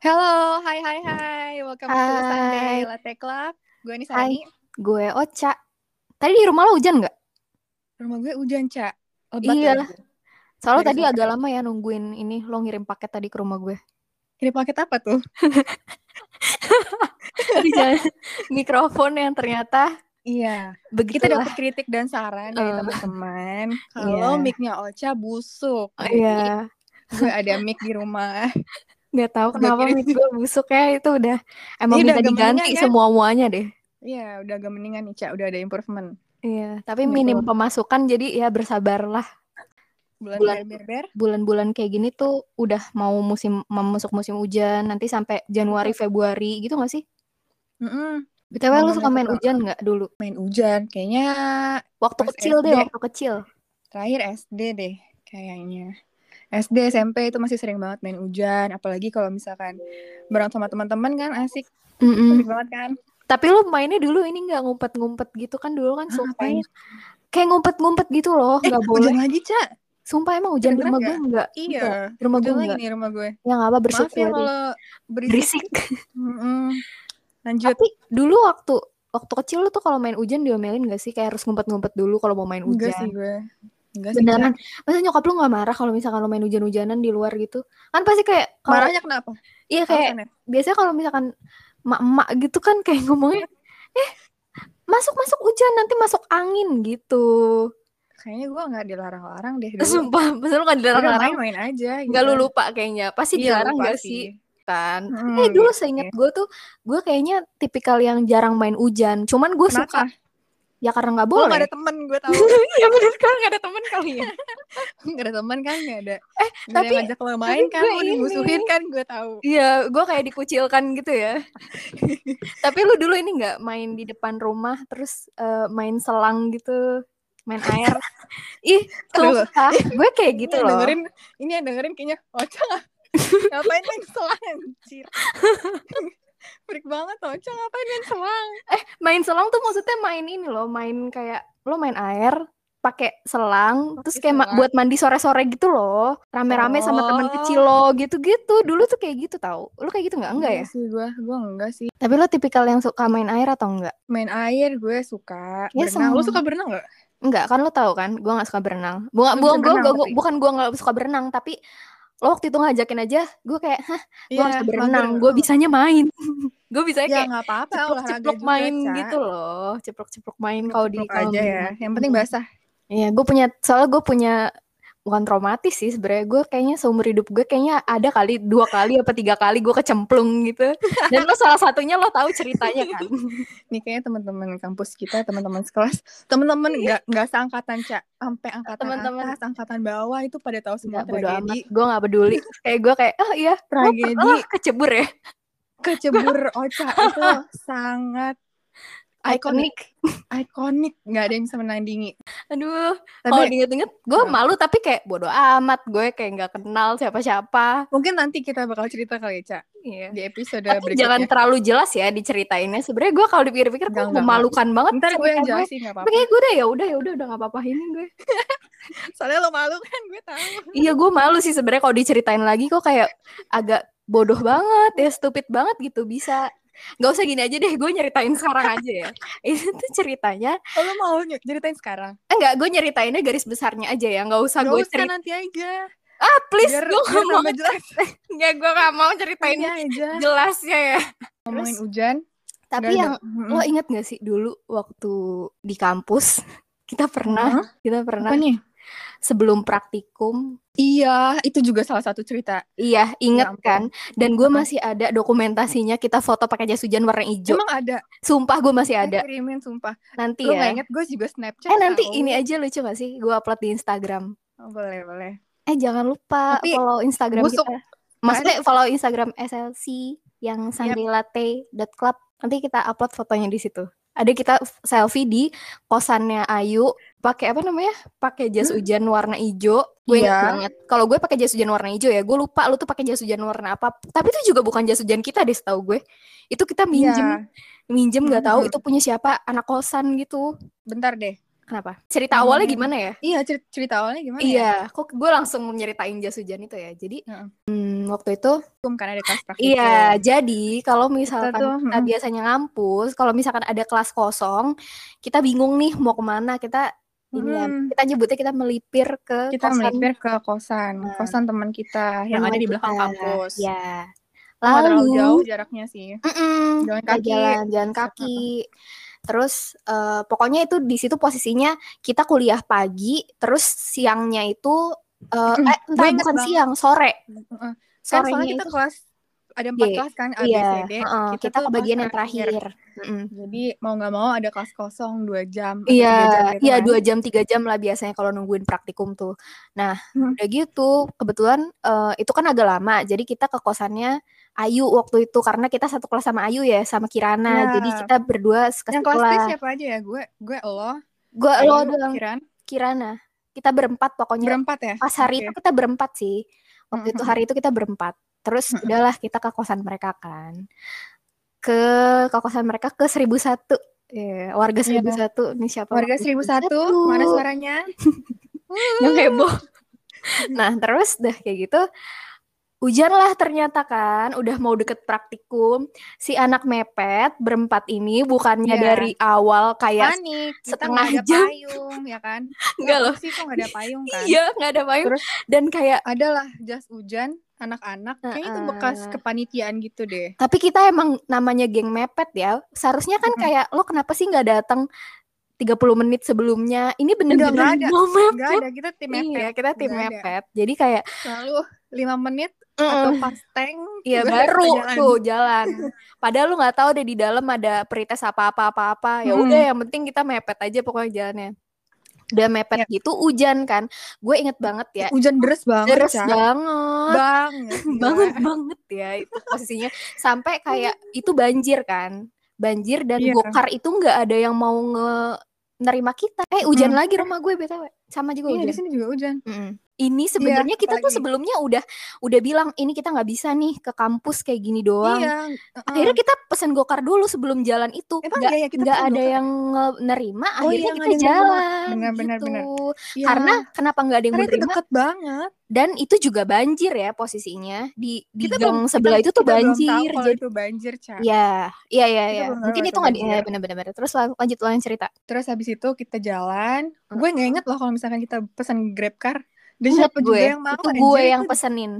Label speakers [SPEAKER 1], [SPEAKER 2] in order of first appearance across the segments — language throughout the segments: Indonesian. [SPEAKER 1] Halo, hai hai hai. Welcome to Sunday
[SPEAKER 2] Hai.
[SPEAKER 1] Latte Club. Gue nih
[SPEAKER 2] Hai,
[SPEAKER 1] Sani.
[SPEAKER 2] gue Ocha. Tadi di rumah lo hujan nggak?
[SPEAKER 1] Rumah gue hujan, Cak. Lebat
[SPEAKER 2] Iya.
[SPEAKER 1] lagi.
[SPEAKER 2] Soalnya
[SPEAKER 1] Dari
[SPEAKER 2] tadi
[SPEAKER 1] sore.
[SPEAKER 2] agak lama ya nungguin ini lo ngirim paket tadi ke rumah gue.
[SPEAKER 1] Kirim paket apa tuh?
[SPEAKER 2] Aduh, jangan. Mikrofon yang ternyata
[SPEAKER 1] Iya.
[SPEAKER 2] begitu
[SPEAKER 1] Kita dapat kritik dan saran dari
[SPEAKER 2] Eh.
[SPEAKER 1] teman-teman. Kalau
[SPEAKER 2] Iya.
[SPEAKER 1] mic-nya Ocha busuk. Jadi
[SPEAKER 2] Iya,
[SPEAKER 1] Gue ada mic di rumah.
[SPEAKER 2] nggak tahu kenapa
[SPEAKER 1] kirim.
[SPEAKER 2] mic gue busuk ya itu udah kan? emang
[SPEAKER 1] Ini udah
[SPEAKER 2] bisa
[SPEAKER 1] agak
[SPEAKER 2] diganti
[SPEAKER 1] mendingan ya?
[SPEAKER 2] semua muanya deh.
[SPEAKER 1] Iya, udah agak mendingan nih, Cak. Udah ada improvement.
[SPEAKER 2] Iya, tapi
[SPEAKER 1] Betul.
[SPEAKER 2] minim pemasukan jadi ya bersabarlah.
[SPEAKER 1] Bulan,
[SPEAKER 2] Bulan.
[SPEAKER 1] berber-berber.
[SPEAKER 2] Bulan-bulan kayak gini tuh udah mau musim masuk musim hujan nanti sampai Januari Februari gitu nggak sih?
[SPEAKER 1] Mm-mm.
[SPEAKER 2] BTW lo
[SPEAKER 1] Bener-bener
[SPEAKER 2] suka main
[SPEAKER 1] suka.
[SPEAKER 2] hujan nggak dulu?
[SPEAKER 1] Main hujan. Kayaknya
[SPEAKER 2] Waktu
[SPEAKER 1] Pas
[SPEAKER 2] kecil deh,
[SPEAKER 1] SD.
[SPEAKER 2] waktu kecil.
[SPEAKER 1] terakhir SD deh. Kayaknya. SD, SMP itu masih sering banget main hujan. Apalagi kalau misalkan bareng sama teman-teman kan asik.
[SPEAKER 2] Mm-mm.
[SPEAKER 1] Asik banget kan?
[SPEAKER 2] Tapi lu mainnya dulu ini nggak ngumpet-ngumpet gitu kan dulu kan
[SPEAKER 1] Hah, Ah,
[SPEAKER 2] sumpah
[SPEAKER 1] ngapain? Eh,
[SPEAKER 2] kayak ngumpet-ngumpet gitu loh nggak boleh.
[SPEAKER 1] Hujan lagi, Cak.
[SPEAKER 2] Sumpah emang hujan di
[SPEAKER 1] Kedengeran
[SPEAKER 2] rumah gue nggak? Nggak.
[SPEAKER 1] Iya.
[SPEAKER 2] Di rumah gue
[SPEAKER 1] Hujan lagi
[SPEAKER 2] nggak.
[SPEAKER 1] nih rumah gue.
[SPEAKER 2] Ya nggak apa
[SPEAKER 1] Maaf
[SPEAKER 2] bersyukur.
[SPEAKER 1] ya kalau berisik.
[SPEAKER 2] Berisik.
[SPEAKER 1] Mm-mm. Lanjut.
[SPEAKER 2] Tapi dulu waktu waktu kecil lu tuh kalau main hujan diomelin gak sih? Kayak harus ngumpet-ngumpet dulu kalau mau main
[SPEAKER 1] Enggak sih
[SPEAKER 2] hujan.
[SPEAKER 1] gue. Enggak sih.
[SPEAKER 2] Beneran. Masa nyokap lu nggak marah kalau misalkan lu main hujan-hujanan di luar gitu? Kan pasti kayak
[SPEAKER 1] Cak.
[SPEAKER 2] kalau
[SPEAKER 1] Marahnya kenapa? ya?
[SPEAKER 2] iya kayak
[SPEAKER 1] Alasannya.
[SPEAKER 2] biasanya kalau misalkan emak-emak gitu kan kayak ngomongnya eh masuk-masuk hujan nanti masuk angin gitu.
[SPEAKER 1] Kayaknya gue nggak dilarang-larang deh dulu.
[SPEAKER 2] Sumpah, masa lu gak
[SPEAKER 1] Udah
[SPEAKER 2] dilarang-larang?
[SPEAKER 1] main-main aja. gitu. Iya,
[SPEAKER 2] Gak lu lupa kayaknya. Pasti dilarang
[SPEAKER 1] lupa
[SPEAKER 2] gak Iya, sih? Kan.
[SPEAKER 1] Hmm,
[SPEAKER 2] eh dulu
[SPEAKER 1] gitu.
[SPEAKER 2] seinget gue tuh, gue kayaknya tipikal yang jarang main hujan. Cuman gue
[SPEAKER 1] Kenapa?
[SPEAKER 2] suka, ya karena gak
[SPEAKER 1] Gue
[SPEAKER 2] boleh.
[SPEAKER 1] gak ada temen, gue tau.
[SPEAKER 2] Iya bener kan, gak ada temen kali ya.
[SPEAKER 1] gak ada temen kan, gak ada.
[SPEAKER 2] Eh,
[SPEAKER 1] Gak ada
[SPEAKER 2] tapi-
[SPEAKER 1] yang ngajak lo main
[SPEAKER 2] tapi
[SPEAKER 1] kan,
[SPEAKER 2] gue
[SPEAKER 1] lo
[SPEAKER 2] ini.
[SPEAKER 1] dimusuhin kan, gue tau.
[SPEAKER 2] Iya, gue kayak dikucilkan gitu ya. tapi lu dulu ini gak main di depan rumah, terus eh, main selang gitu, main air. Ih,
[SPEAKER 1] Aduh.
[SPEAKER 2] sumpah, gue kayak gitu
[SPEAKER 1] ini yang
[SPEAKER 2] loh.
[SPEAKER 1] dengerin ini yang dengerin kayaknya Ocha ngapain main selang anjir freak banget Ocha ngapain main selang
[SPEAKER 2] main selang tuh maksudnya main ini loh, main kayak lo main air pakai selang
[SPEAKER 1] Pakai
[SPEAKER 2] terus kayak ma-
[SPEAKER 1] selang.
[SPEAKER 2] buat mandi sore-sore gitu loh rame-rame sama teman
[SPEAKER 1] Oh.
[SPEAKER 2] kecil lo gitu-gitu dulu tuh kayak gitu tau lo kayak gitu nggak enggak ya
[SPEAKER 1] Iya sih gue gue enggak sih
[SPEAKER 2] tapi lo tipikal yang suka main air atau enggak
[SPEAKER 1] main air gue suka
[SPEAKER 2] Ya,
[SPEAKER 1] berenang lu
[SPEAKER 2] sama.
[SPEAKER 1] suka berenang gak
[SPEAKER 2] enggak kan lo tahu kan gua nggak suka berenang
[SPEAKER 1] Lo
[SPEAKER 2] gua
[SPEAKER 1] bisa
[SPEAKER 2] gua, gua,
[SPEAKER 1] berenang
[SPEAKER 2] gua- gua-
[SPEAKER 1] tapi.
[SPEAKER 2] bukan gua nggak suka berenang tapi lo waktu itu ngajakin aja gua kayak hah gua nggak suka berenang
[SPEAKER 1] Iya, mager.
[SPEAKER 2] gua bisanya main gua bisanya
[SPEAKER 1] ya
[SPEAKER 2] kayak
[SPEAKER 1] nggak apa-apa olahraga
[SPEAKER 2] ceplok-ceplok
[SPEAKER 1] juga
[SPEAKER 2] main
[SPEAKER 1] Ca.
[SPEAKER 2] gitu loh ceplok-ceplok main kalau di
[SPEAKER 1] Ceplok-ceplok
[SPEAKER 2] kolam
[SPEAKER 1] aja ya
[SPEAKER 2] renang.
[SPEAKER 1] yang penting
[SPEAKER 2] Mm-mm.
[SPEAKER 1] basah
[SPEAKER 2] Iya, gue punya soalnya gue punya bukan traumatis sih sebenarnya gue kayaknya seumur hidup gue kayaknya ada kali dua kali apa tiga kali gue kecemplung gitu dan lo salah satunya lo tahu ceritanya kan
[SPEAKER 1] nih kayaknya teman-teman kampus kita teman-teman sekelas teman-teman nggak nggak seangkatan cak sampai angkatan
[SPEAKER 2] Iya. Teman-teman.
[SPEAKER 1] atas angkatan bawah itu pada tahu semua
[SPEAKER 2] nggak bodo amat
[SPEAKER 1] tragedi
[SPEAKER 2] gue nggak peduli kayak gue kayak oh iya
[SPEAKER 1] tragedi
[SPEAKER 2] oh, kecebur ya
[SPEAKER 1] kecebur Ocha itu sangat ikonik
[SPEAKER 2] ikonik
[SPEAKER 1] ikonik nggak ada yang bisa menandingi
[SPEAKER 2] aduh kalau
[SPEAKER 1] tapi
[SPEAKER 2] diinget-inget gue
[SPEAKER 1] Hmm.
[SPEAKER 2] malu tapi kayak bodo amat gue kayak nggak kenal siapa-siapa
[SPEAKER 1] mungkin nanti kita bakal cerita kali ya, Ca
[SPEAKER 2] Iya.
[SPEAKER 1] di episode
[SPEAKER 2] tapi jangan
[SPEAKER 1] berikutnya
[SPEAKER 2] terlalu jelas ya diceritainnya sebenarnya gue kalau dipikir-pikir
[SPEAKER 1] Nggak,
[SPEAKER 2] kok
[SPEAKER 1] nggak, nggak.
[SPEAKER 2] memalukan banget
[SPEAKER 1] ntar gue yang
[SPEAKER 2] cerita gue.
[SPEAKER 1] jelasin nggak
[SPEAKER 2] tapi
[SPEAKER 1] apa-apa
[SPEAKER 2] kayak gue udah ya udah ya udah udah nggak apa-apa ini gue
[SPEAKER 1] soalnya lo malu kan gue tahu
[SPEAKER 2] Iya gue malu sih sebenarnya kalau diceritain lagi kok kayak agak bodoh banget ya stupid banget gitu bisa nggak usah gini aja deh gue nyeritain sekarang aja ya itu tuh ceritanya
[SPEAKER 1] oh, lo mau ny- ceritain sekarang
[SPEAKER 2] eh, enggak gue nyeritainnya garis besarnya aja ya nggak usah
[SPEAKER 1] nggak
[SPEAKER 2] gue
[SPEAKER 1] usah
[SPEAKER 2] cerita
[SPEAKER 1] nanti aja
[SPEAKER 2] ah please
[SPEAKER 1] biar Iya. biar
[SPEAKER 2] gue nggak mau
[SPEAKER 1] tambah jelas
[SPEAKER 2] nggak gue nggak mau ceritain
[SPEAKER 1] ini aja
[SPEAKER 2] jelasnya ya
[SPEAKER 1] ngomongin hujan
[SPEAKER 2] tapi
[SPEAKER 1] nggak
[SPEAKER 2] yang
[SPEAKER 1] ada- Mm-mm.
[SPEAKER 2] lo inget gak sih dulu waktu di kampus kita pernah kita
[SPEAKER 1] apa
[SPEAKER 2] pernah
[SPEAKER 1] nih
[SPEAKER 2] sebelum praktikum
[SPEAKER 1] iya itu juga salah satu cerita
[SPEAKER 2] Iya,
[SPEAKER 1] Ya
[SPEAKER 2] inget
[SPEAKER 1] ampun.
[SPEAKER 2] kan? Dan gue
[SPEAKER 1] Heeh.
[SPEAKER 2] masih ada dokumentasinya kita foto pakai jas hujan warna hijau.
[SPEAKER 1] emang ada Iya.
[SPEAKER 2] Sumpah gue masih
[SPEAKER 1] Gue
[SPEAKER 2] ada.
[SPEAKER 1] kirimin sumpah
[SPEAKER 2] Nanti
[SPEAKER 1] lo nggak
[SPEAKER 2] ya.
[SPEAKER 1] inget gue juga snapchat
[SPEAKER 2] Eh nanti
[SPEAKER 1] tau.
[SPEAKER 2] ini aja lucu gak sih? Gue upload di Instagram.
[SPEAKER 1] Oh, boleh boleh
[SPEAKER 2] Eh jangan lupa
[SPEAKER 1] Tapi
[SPEAKER 2] follow Instagram
[SPEAKER 1] busuk.
[SPEAKER 2] kita. Maksudnya follow Instagram SLC yang sandelatte.club. Nanti kita upload fotonya di situ. Ada kita f- selfie di kosannya Ayu pakai apa namanya? Pakai jas hujan warna hijau. Gue inget
[SPEAKER 1] Hmm? Iya.
[SPEAKER 2] banget. Kalau gue pakai jas hujan warna hijau ya, gue lupa lu tuh pakai jas hujan warna apa. Tapi itu juga bukan jas hujan kita deh, setahu gue. Itu kita
[SPEAKER 1] Iya.
[SPEAKER 2] minjem, minjem nggak tahu
[SPEAKER 1] Mhm.
[SPEAKER 2] itu punya siapa, anak kosan gitu.
[SPEAKER 1] bentar deh
[SPEAKER 2] Kenapa? Cerita awalnya gimana ya?
[SPEAKER 1] Iya, cer- cerita awalnya gimana ya?
[SPEAKER 2] Iya, kok gue langsung nyeritain jas hujan itu ya. Jadi
[SPEAKER 1] Heeh.
[SPEAKER 2] hmm, waktu itu
[SPEAKER 1] Hukum kan ada kelas praktikum.
[SPEAKER 2] Iya, jadi kalau misalkan kita,
[SPEAKER 1] tuh, mm.
[SPEAKER 2] biasanya ngampus, kalau misalkan ada kelas kosong, kita bingung nih mau kemana, kita ini ya,
[SPEAKER 1] Mm.
[SPEAKER 2] kita nyebutnya kita melipir ke
[SPEAKER 1] Kita
[SPEAKER 2] kosan
[SPEAKER 1] melipir ke kosan,
[SPEAKER 2] Nah.
[SPEAKER 1] kosan teman kita yang
[SPEAKER 2] teman
[SPEAKER 1] ada di
[SPEAKER 2] kita.
[SPEAKER 1] belakang kampus. Oh,
[SPEAKER 2] Ya.
[SPEAKER 1] Nggak terlalu
[SPEAKER 2] Lalu Eh,
[SPEAKER 1] jauh jaraknya sih.
[SPEAKER 2] mm-mm,
[SPEAKER 1] Jalan
[SPEAKER 2] kita
[SPEAKER 1] kaki.
[SPEAKER 2] jalan jalan kaki. Terus eh, pokoknya itu di situ posisinya kita kuliah pagi, terus siangnya itu eh,
[SPEAKER 1] Mm,
[SPEAKER 2] eh,
[SPEAKER 1] gue
[SPEAKER 2] entar
[SPEAKER 1] inget
[SPEAKER 2] bukan
[SPEAKER 1] banget.
[SPEAKER 2] siang, sore.
[SPEAKER 1] Heeh. Kan
[SPEAKER 2] Sorenya
[SPEAKER 1] soalnya
[SPEAKER 2] itu
[SPEAKER 1] kita kelas ada empat
[SPEAKER 2] Iya,
[SPEAKER 1] kelas kan A B
[SPEAKER 2] iya,
[SPEAKER 1] C D.
[SPEAKER 2] heeh, kita,
[SPEAKER 1] tuh
[SPEAKER 2] ke
[SPEAKER 1] kelas
[SPEAKER 2] bagian yang terakhir. Mm-mm.
[SPEAKER 1] Jadi mau nggak mau ada kelas kosong dua jam. atau
[SPEAKER 2] Iya,
[SPEAKER 1] tiga jam gitu
[SPEAKER 2] iya
[SPEAKER 1] kan.
[SPEAKER 2] dua jam tiga jam lah biasanya kalau nungguin praktikum tuh. Nah,
[SPEAKER 1] Hmm.
[SPEAKER 2] udah gitu kebetulan eh, itu kan agak lama, jadi kita ke kosannya Ayu waktu itu karena kita satu kelas sama Ayu ya, sama Kirana.
[SPEAKER 1] Ya.
[SPEAKER 2] Jadi kita berdua
[SPEAKER 1] Yang
[SPEAKER 2] sekasih
[SPEAKER 1] kelas D
[SPEAKER 2] kelas.
[SPEAKER 1] siapa aja ya? Gue, gue lo,
[SPEAKER 2] Gue
[SPEAKER 1] Ayu,
[SPEAKER 2] lo doang
[SPEAKER 1] Kiran,
[SPEAKER 2] Kirana. Kita berempat pokoknya.
[SPEAKER 1] berempat ya?
[SPEAKER 2] Pas hari
[SPEAKER 1] Oke.
[SPEAKER 2] itu kita berempat sih. Waktu itu
[SPEAKER 1] Mm-mm.
[SPEAKER 2] hari itu kita berempat. Terus
[SPEAKER 1] Mm-mm.
[SPEAKER 2] udahlah kita ke kosan mereka kan. Ke ke kosan mereka ke 1001. Eh, warga
[SPEAKER 1] Iya.
[SPEAKER 2] 1001 nih siapa?
[SPEAKER 1] Warga 1001, mana suaranya?
[SPEAKER 2] yang heboh. Nah terus udah kayak gitu hujan lah ternyata kan udah mau deket praktikum si anak mepet berempat ini bukannya
[SPEAKER 1] Iya.
[SPEAKER 2] dari awal kayak
[SPEAKER 1] Panik, kita
[SPEAKER 2] Iya, setengah
[SPEAKER 1] nggak ada
[SPEAKER 2] jam.
[SPEAKER 1] payung, ya kan?
[SPEAKER 2] enggak loh
[SPEAKER 1] Sih kok nggak ada payung kan?
[SPEAKER 2] iya nggak ada payung
[SPEAKER 1] Terus-
[SPEAKER 2] dan kayak
[SPEAKER 1] Adalah jas hujan anak-anak, kayaknya itu bekas
[SPEAKER 2] Heeh.
[SPEAKER 1] kepanitiaan gitu deh.
[SPEAKER 2] tapi kita emang namanya geng mepet ya seharusnya kan
[SPEAKER 1] Mm-mm.
[SPEAKER 2] kayak lo kenapa sih nggak datang 30 menit sebelumnya ini bener-bener
[SPEAKER 1] nggak ada.
[SPEAKER 2] mau
[SPEAKER 1] Nggak
[SPEAKER 2] mepet
[SPEAKER 1] ada, kita tim
[SPEAKER 2] iya
[SPEAKER 1] mepet.
[SPEAKER 2] kita tim
[SPEAKER 1] Nggak ada.
[SPEAKER 2] mepet jadi kayak
[SPEAKER 1] Lalu 5 menit atau
[SPEAKER 2] mm,
[SPEAKER 1] pas tank,
[SPEAKER 2] Iya
[SPEAKER 1] juga
[SPEAKER 2] baru
[SPEAKER 1] jalan.
[SPEAKER 2] tuh jalan. Padahal lu nggak tahu deh di dalam ada pretest apa apa apa apa. Ya udah yang penting kita mepet aja pokoknya jalannya. Udah mepet
[SPEAKER 1] Iya.
[SPEAKER 2] gitu hujan kan. Gue inget banget ya.
[SPEAKER 1] Hujan deres banget,
[SPEAKER 2] Deres
[SPEAKER 1] Ca.
[SPEAKER 2] banget.
[SPEAKER 1] Banget. gila.
[SPEAKER 2] banget banget ya itu posisinya. Sampai kayak itu banjir kan. Banjir dan
[SPEAKER 1] Iya.
[SPEAKER 2] gokar itu nggak ada yang mau nge nerima kita. Eh
[SPEAKER 1] Mm.
[SPEAKER 2] hujan lagi rumah gue btw. Sama juga
[SPEAKER 1] Iya,
[SPEAKER 2] hujan.
[SPEAKER 1] di sini juga hujan.
[SPEAKER 2] Mm-mm. Ini sebenarnya kita tuh
[SPEAKER 1] apalagi-
[SPEAKER 2] sebelumnya udah udah bilang ini kita nggak bisa nih ke kampus kayak gini doang.
[SPEAKER 1] Iya.
[SPEAKER 2] Akhirnya kita pesen gokar dulu sebelum jalan itu.
[SPEAKER 1] Emang
[SPEAKER 2] nggak
[SPEAKER 1] iya ya, kita
[SPEAKER 2] nggak
[SPEAKER 1] pesen
[SPEAKER 2] ada
[SPEAKER 1] gokar.
[SPEAKER 2] yang nge- nerima,
[SPEAKER 1] Oh
[SPEAKER 2] akhirnya
[SPEAKER 1] iya, nggak
[SPEAKER 2] kita
[SPEAKER 1] ada yang nerima.
[SPEAKER 2] jalan
[SPEAKER 1] Benar, benar,
[SPEAKER 2] gitu.
[SPEAKER 1] benar. Iya.
[SPEAKER 2] Karena kenapa nggak ada yang
[SPEAKER 1] Karena itu
[SPEAKER 2] menerima?
[SPEAKER 1] deket banget.
[SPEAKER 2] Dan itu juga banjir ya posisinya di di
[SPEAKER 1] Kita
[SPEAKER 2] gang
[SPEAKER 1] belum-
[SPEAKER 2] sebelah
[SPEAKER 1] kita-
[SPEAKER 2] itu tuh
[SPEAKER 1] kita belum tahu
[SPEAKER 2] banjir.
[SPEAKER 1] kalau
[SPEAKER 2] Jadi
[SPEAKER 1] itu banjir, Ca.
[SPEAKER 2] ya, iya
[SPEAKER 1] Kita
[SPEAKER 2] iya
[SPEAKER 1] belum
[SPEAKER 2] iya.
[SPEAKER 1] tahu
[SPEAKER 2] Mungkin
[SPEAKER 1] kalau
[SPEAKER 2] itu
[SPEAKER 1] itu
[SPEAKER 2] nggak di-
[SPEAKER 1] banjir.
[SPEAKER 2] ya, benar-benar. Terus lan- lanjut lanjut cerita.
[SPEAKER 1] Terus habis itu kita jalan.
[SPEAKER 2] Mm.
[SPEAKER 1] Gue nggak inget loh kalau misalkan kita pesan grab car. Dan
[SPEAKER 2] Ingat
[SPEAKER 1] siapa juga yang mau?
[SPEAKER 2] itu
[SPEAKER 1] anjir,
[SPEAKER 2] gue yang
[SPEAKER 1] itu-
[SPEAKER 2] pesenin.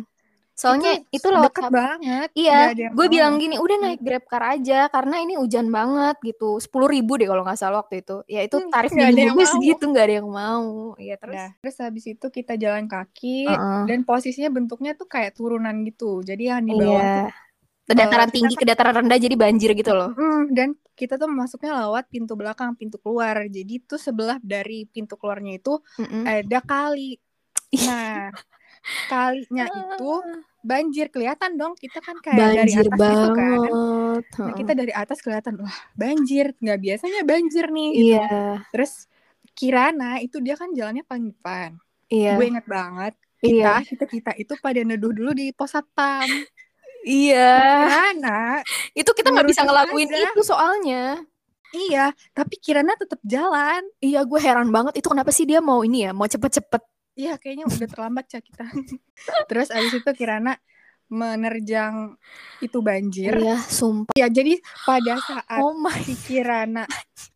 [SPEAKER 2] Soalnya itu, lewat
[SPEAKER 1] deket
[SPEAKER 2] HP.
[SPEAKER 1] banget.
[SPEAKER 2] Iya,
[SPEAKER 1] Nggak ada yang mau.
[SPEAKER 2] gue
[SPEAKER 1] Hmm.
[SPEAKER 2] bilang gini, udah naik grab car aja karena ini hujan banget gitu, sepuluh ribu deh kalau nggak salah waktu itu. Ya itu
[SPEAKER 1] Hmm,
[SPEAKER 2] tarif
[SPEAKER 1] nggak ada yang
[SPEAKER 2] minimumnya
[SPEAKER 1] mau.
[SPEAKER 2] segitu, nggak ada yang mau. Iya terus. Iya.
[SPEAKER 1] Nah, terus habis itu kita jalan kaki
[SPEAKER 2] Heeh.
[SPEAKER 1] dan posisinya bentuknya tuh kayak turunan gitu. Jadi yang di bawah
[SPEAKER 2] Iya.
[SPEAKER 1] tuh
[SPEAKER 2] Ke dataran
[SPEAKER 1] kita
[SPEAKER 2] tinggi ke dataran rendah jadi banjir gitu loh.
[SPEAKER 1] Mm, dan kita tuh masuknya lewat pintu belakang, pintu keluar. Jadi tuh sebelah dari pintu keluarnya itu
[SPEAKER 2] Mm-mm.
[SPEAKER 1] ada kali. Nah, kalinya itu banjir kelihatan dong. Kita kan kayak gitu, dari
[SPEAKER 2] banjir
[SPEAKER 1] atas gitu
[SPEAKER 2] banget.
[SPEAKER 1] kan. Nah,
[SPEAKER 2] Heeh.
[SPEAKER 1] kita dari atas kelihatan wah banjir, nggak biasanya banjir nih. gitu.
[SPEAKER 2] Iya,
[SPEAKER 1] Terus Kirana itu dia kan jalannya paling depan.
[SPEAKER 2] iya.
[SPEAKER 1] Gue inget banget. Kita,
[SPEAKER 2] Iya.
[SPEAKER 1] kita kita itu pada neduh dulu di pos satpam.
[SPEAKER 2] Iya.
[SPEAKER 1] Kirana,
[SPEAKER 2] Itu kita nggak bisa
[SPEAKER 1] Lurus
[SPEAKER 2] ngelakuin
[SPEAKER 1] aja.
[SPEAKER 2] itu soalnya.
[SPEAKER 1] iya. Tapi Kirana tetap jalan.
[SPEAKER 2] Iya, gue heran banget itu kenapa sih dia mau ini ya, mau cepet-cepet.
[SPEAKER 1] Iya, kayaknya udah terlambat Ca kita. Terus abis itu Kirana menerjang itu banjir.
[SPEAKER 2] Iya, sumpah.
[SPEAKER 1] Ya, jadi pada saat
[SPEAKER 2] Oh my.
[SPEAKER 1] si Kirana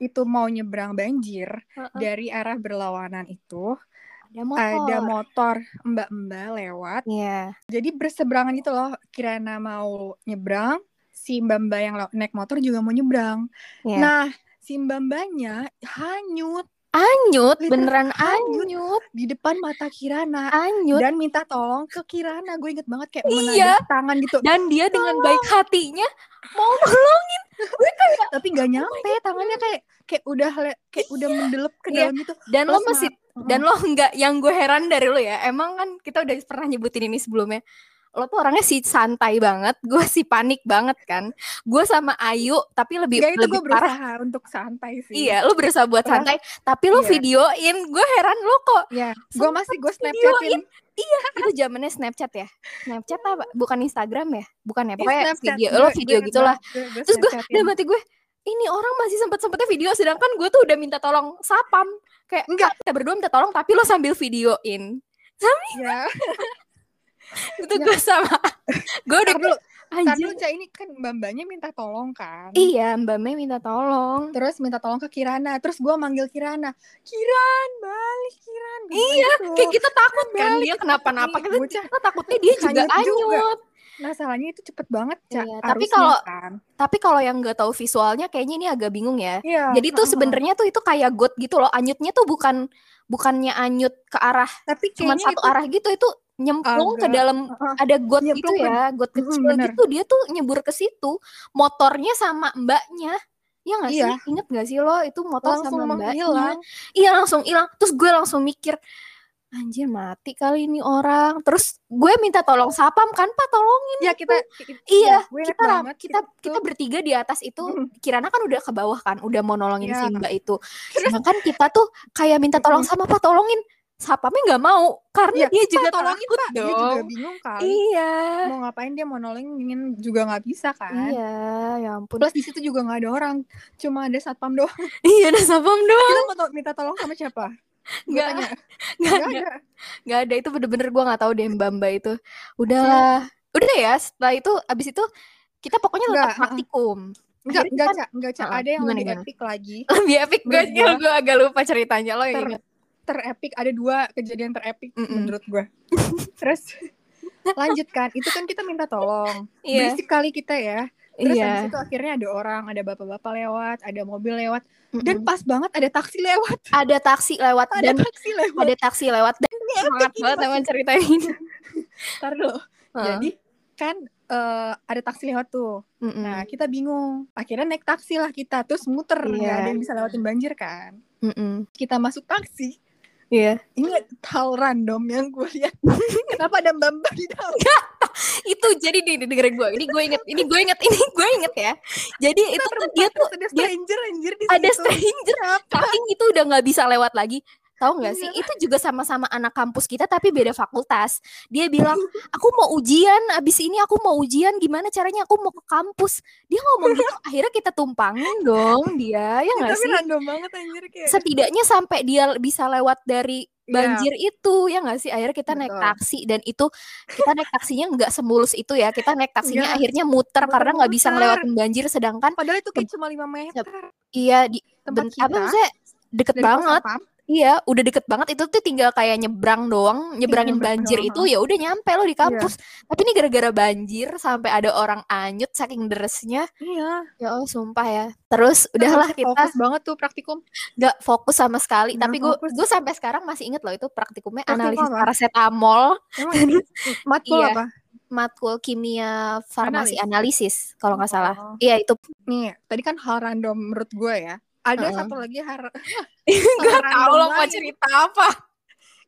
[SPEAKER 1] itu mau nyebrang banjir dari arah berlawanan itu
[SPEAKER 2] Oh. Ada motor.
[SPEAKER 1] ada motor mbak-mbak lewat.
[SPEAKER 2] Iya.
[SPEAKER 1] Jadi berseberangan gitu loh. Kirana mau nyebrang, si mbak-mbak yang lo- naik motor juga mau nyebrang.
[SPEAKER 2] Iya.
[SPEAKER 1] Nah, si mbak-mbaknya hanyut
[SPEAKER 2] anyut
[SPEAKER 1] Liter-
[SPEAKER 2] beneran
[SPEAKER 1] anyut.
[SPEAKER 2] anyut
[SPEAKER 1] di depan mata Kirana.
[SPEAKER 2] anyut
[SPEAKER 1] dan minta tolong ke Kirana gue inget banget kayak
[SPEAKER 2] Iya.
[SPEAKER 1] menadap tangan gitu
[SPEAKER 2] dan dia dengan baik hatinya mau nolongin
[SPEAKER 1] tapi gak nyampe tangannya kayak kayak udah le- kayak udah mendelep ke
[SPEAKER 2] Oh Iya.
[SPEAKER 1] dalam gitu
[SPEAKER 2] dan lo
[SPEAKER 1] Terus
[SPEAKER 2] masih
[SPEAKER 1] ma-
[SPEAKER 2] dan lo enggak yang gue heran dari lo ya emang kan kita udah pernah nyebutin ini sebelumnya lo tuh orangnya si santai banget gue si panik banget kan gue sama Ayu tapi lebih
[SPEAKER 1] Enggak, itu
[SPEAKER 2] lebih
[SPEAKER 1] gue
[SPEAKER 2] parah
[SPEAKER 1] berusaha untuk santai sih
[SPEAKER 2] iya lo berusaha buat
[SPEAKER 1] Parah.
[SPEAKER 2] santai tapi lo
[SPEAKER 1] Iya.
[SPEAKER 2] videoin gue heran lo kok
[SPEAKER 1] ya gue
[SPEAKER 2] Sempet
[SPEAKER 1] masih gue
[SPEAKER 2] videoin.
[SPEAKER 1] snapchatin
[SPEAKER 2] itu zamannya Snapchat ya Snapchat apa bukan Instagram ya bukan ya
[SPEAKER 1] Ih,
[SPEAKER 2] pokoknya
[SPEAKER 1] Iya, Snapchat.
[SPEAKER 2] video
[SPEAKER 1] Gue-
[SPEAKER 2] lo
[SPEAKER 1] gue
[SPEAKER 2] video
[SPEAKER 1] inget
[SPEAKER 2] gitulah
[SPEAKER 1] banget, gue- gue
[SPEAKER 2] terus gue
[SPEAKER 1] snapchatin.
[SPEAKER 2] dalam hati gue ini orang masih sempet-sempetnya video sedangkan gue tuh udah minta tolong sapam kayak
[SPEAKER 1] Enggak.
[SPEAKER 2] kita berdua minta tolong tapi lo sambil videoin
[SPEAKER 1] ya
[SPEAKER 2] itu
[SPEAKER 1] Iya.
[SPEAKER 2] gue sama gue udah
[SPEAKER 1] Ntar dulu, ntar
[SPEAKER 2] anjir
[SPEAKER 1] dulu, Ca, ini kan mbak-mbaknya minta tolong kan
[SPEAKER 2] iya mbak Mei minta tolong
[SPEAKER 1] terus minta tolong ke Kirana terus gue manggil Kirana Kiran balik Kiran Gua
[SPEAKER 2] Iya,
[SPEAKER 1] gitu.
[SPEAKER 2] kayak kita takut kan
[SPEAKER 1] Balik,
[SPEAKER 2] dia kenapa-napa gitu
[SPEAKER 1] nih,
[SPEAKER 2] kita,
[SPEAKER 1] bocah.
[SPEAKER 2] kita takutnya dia juga
[SPEAKER 1] Hanyut
[SPEAKER 2] anyut
[SPEAKER 1] juga. masalahnya itu cepet banget Ca,
[SPEAKER 2] Iya, tapi
[SPEAKER 1] arusnya
[SPEAKER 2] kalau-
[SPEAKER 1] kan.
[SPEAKER 2] tapi kalau yang nggak tahu visualnya kayaknya ini agak bingung ya
[SPEAKER 1] Iya,
[SPEAKER 2] jadi tuh
[SPEAKER 1] ha-ha.
[SPEAKER 2] sebenarnya tuh itu kayak got gitu loh anyutnya tuh bukan bukannya anyut ke arah
[SPEAKER 1] tapi
[SPEAKER 2] cuman
[SPEAKER 1] kayaknya
[SPEAKER 2] satu
[SPEAKER 1] itu-
[SPEAKER 2] arah gitu itu nyemplung ke
[SPEAKER 1] Agak,
[SPEAKER 2] dalam
[SPEAKER 1] ha-ha.
[SPEAKER 2] ada got gitu
[SPEAKER 1] Nyemplung ke-
[SPEAKER 2] ya got
[SPEAKER 1] Mm-mm,
[SPEAKER 2] kecil
[SPEAKER 1] bener.
[SPEAKER 2] gitu dia tuh nyebur ke situ motornya sama mbaknya ya nggak
[SPEAKER 1] Iya.
[SPEAKER 2] sih inget nggak sih lo itu motor
[SPEAKER 1] langsung
[SPEAKER 2] sama mbaknya
[SPEAKER 1] menghilang
[SPEAKER 2] iya langsung hilang terus gue langsung mikir anjir mati kali ini orang terus gue minta tolong sapam kan pak tolongin
[SPEAKER 1] ya kita
[SPEAKER 2] iya
[SPEAKER 1] gue ingat
[SPEAKER 2] kita ram-
[SPEAKER 1] banget gitu.
[SPEAKER 2] kita
[SPEAKER 1] itu.
[SPEAKER 2] kita bertiga di atas itu
[SPEAKER 1] Mm.
[SPEAKER 2] kirana kan udah ke bawah kan udah mau nolongin
[SPEAKER 1] Iya.
[SPEAKER 2] si mbak itu sedangkan kita tuh kayak minta tolong sama pak tolongin sapamnya nggak mau karena
[SPEAKER 1] Iya,
[SPEAKER 2] dia juga
[SPEAKER 1] Pak, tolongin,
[SPEAKER 2] takut
[SPEAKER 1] dia juga kan.
[SPEAKER 2] dong
[SPEAKER 1] bingung kali
[SPEAKER 2] iya
[SPEAKER 1] mau ngapain dia mau nolongin juga nggak bisa kan
[SPEAKER 2] iya ya ampun
[SPEAKER 1] plus di situ juga nggak ada orang cuma ada satpam doang
[SPEAKER 2] iya ada sapam doang
[SPEAKER 1] kita mau to- minta tolong sama siapa Gua
[SPEAKER 2] Nggak,
[SPEAKER 1] tanya.
[SPEAKER 2] nggak
[SPEAKER 1] Nggak
[SPEAKER 2] ada
[SPEAKER 1] ada
[SPEAKER 2] nggak ada itu bener-bener gue nggak tahu deh mbak mbak itu udahlah udah ya setelah itu abis itu kita pokoknya
[SPEAKER 1] Nggak,
[SPEAKER 2] tetap
[SPEAKER 1] uh-uh.
[SPEAKER 2] praktikum
[SPEAKER 1] Enggak,
[SPEAKER 2] Akhirnya
[SPEAKER 1] enggak,
[SPEAKER 2] kan-
[SPEAKER 1] Ca, enggak, Ca.
[SPEAKER 2] Ah,
[SPEAKER 1] Ada yang
[SPEAKER 2] gimana,
[SPEAKER 1] lebih
[SPEAKER 2] gimana?
[SPEAKER 1] epic lagi.
[SPEAKER 2] lebih epic gue
[SPEAKER 1] Menurut gua-
[SPEAKER 2] gue agak lupa ceritanya lo
[SPEAKER 1] Ter,
[SPEAKER 2] ingat
[SPEAKER 1] terepik ada dua kejadian terepik
[SPEAKER 2] Mm-mm.
[SPEAKER 1] menurut gue. Terus lanjutkan, itu kan kita minta tolong.
[SPEAKER 2] iya
[SPEAKER 1] Berisik kali kita ya. Terus
[SPEAKER 2] iya
[SPEAKER 1] habis itu akhirnya ada orang, ada bapak-bapak lewat, ada mobil lewat,
[SPEAKER 2] Mm-mm.
[SPEAKER 1] dan pas banget ada taksi lewat,
[SPEAKER 2] ada taksi lewat
[SPEAKER 1] ada
[SPEAKER 2] dan
[SPEAKER 1] taksi lewat.
[SPEAKER 2] ada taksi lewat dan semangat
[SPEAKER 1] ini
[SPEAKER 2] banget sama cerita ini.
[SPEAKER 1] Ntar dulu. Jadi kan eh, ada taksi lewat tuh.
[SPEAKER 2] Mm-mm.
[SPEAKER 1] Nah, kita bingung. Akhirnya naik taksi lah kita, terus muter, nggak
[SPEAKER 2] Iya.
[SPEAKER 1] ada yang bisa lewatin banjir kan.
[SPEAKER 2] Mm-mm.
[SPEAKER 1] Kita masuk taksi,
[SPEAKER 2] Iya.
[SPEAKER 1] Ini hal random yang gue lihat. Kenapa ada mbak mbak di dalam?
[SPEAKER 2] Itu jadi di di dengerin gue. Ini gue inget, ini gue inget, ini gue inget ya. Jadi itu tuh dia tuh
[SPEAKER 1] Terus ada stranger anjir di
[SPEAKER 2] ada
[SPEAKER 1] situ.
[SPEAKER 2] stranger saking itu udah nggak bisa lewat lagi tahu nggak sih itu juga sama-sama anak kampus kita tapi beda fakultas dia bilang aku mau ujian abis ini aku mau ujian gimana caranya aku mau ke kampus dia ngomong gitu akhirnya kita tumpangin dong dia ya nggak
[SPEAKER 1] Tapi
[SPEAKER 2] sih
[SPEAKER 1] random banget anjir kayak. iya.
[SPEAKER 2] setidaknya sampai dia bisa lewat dari banjir itu ya nggak sih akhirnya kita naik
[SPEAKER 1] Betul.
[SPEAKER 2] taksi dan itu kita naik taksinya nggak semulus itu ya kita naik taksinya
[SPEAKER 1] Nggak.
[SPEAKER 2] akhirnya muter karena nggak
[SPEAKER 1] Iya,
[SPEAKER 2] bisa
[SPEAKER 1] Muter-muter.
[SPEAKER 2] ngelewatin banjir sedangkan
[SPEAKER 1] Iya. Padahal itu kayak cuma 5 meter
[SPEAKER 2] iya di
[SPEAKER 1] tempat
[SPEAKER 2] ben-
[SPEAKER 1] kita.
[SPEAKER 2] apa maksudnya deket
[SPEAKER 1] dari pos
[SPEAKER 2] banget
[SPEAKER 1] satpam.
[SPEAKER 2] Iya, udah deket banget itu tuh tinggal kayak nyebrang doang, nyebrangin
[SPEAKER 1] nyebrang
[SPEAKER 2] banjir
[SPEAKER 1] doang,
[SPEAKER 2] itu ya udah nyampe lo di
[SPEAKER 1] Iya.
[SPEAKER 2] kampus. Tapi ini gara-gara banjir sampai ada orang anyut saking deresnya.
[SPEAKER 1] Iya.
[SPEAKER 2] Ya Allah, sumpah ya. Terus udahlah kita
[SPEAKER 1] fokus banget tuh praktikum.
[SPEAKER 2] nggak fokus sama sekali.
[SPEAKER 1] Nggak
[SPEAKER 2] Tapi gue
[SPEAKER 1] fokus.
[SPEAKER 2] gue sampai sekarang masih inget loh itu praktikumnya
[SPEAKER 1] Praktikum
[SPEAKER 2] analisis
[SPEAKER 1] apa?
[SPEAKER 2] paracetamol,
[SPEAKER 1] Emang ini matkul
[SPEAKER 2] Iya.
[SPEAKER 1] apa?
[SPEAKER 2] matkul kimia farmasi
[SPEAKER 1] Analis.
[SPEAKER 2] analisis kalau nggak salah.
[SPEAKER 1] Oh.
[SPEAKER 2] Iya itu
[SPEAKER 1] Nih, tadi kan hal random menurut gue ya. Ada
[SPEAKER 2] Heeh.
[SPEAKER 1] satu lagi hal
[SPEAKER 2] Nggak tahu
[SPEAKER 1] random
[SPEAKER 2] lo mau
[SPEAKER 1] lain.
[SPEAKER 2] cerita apa.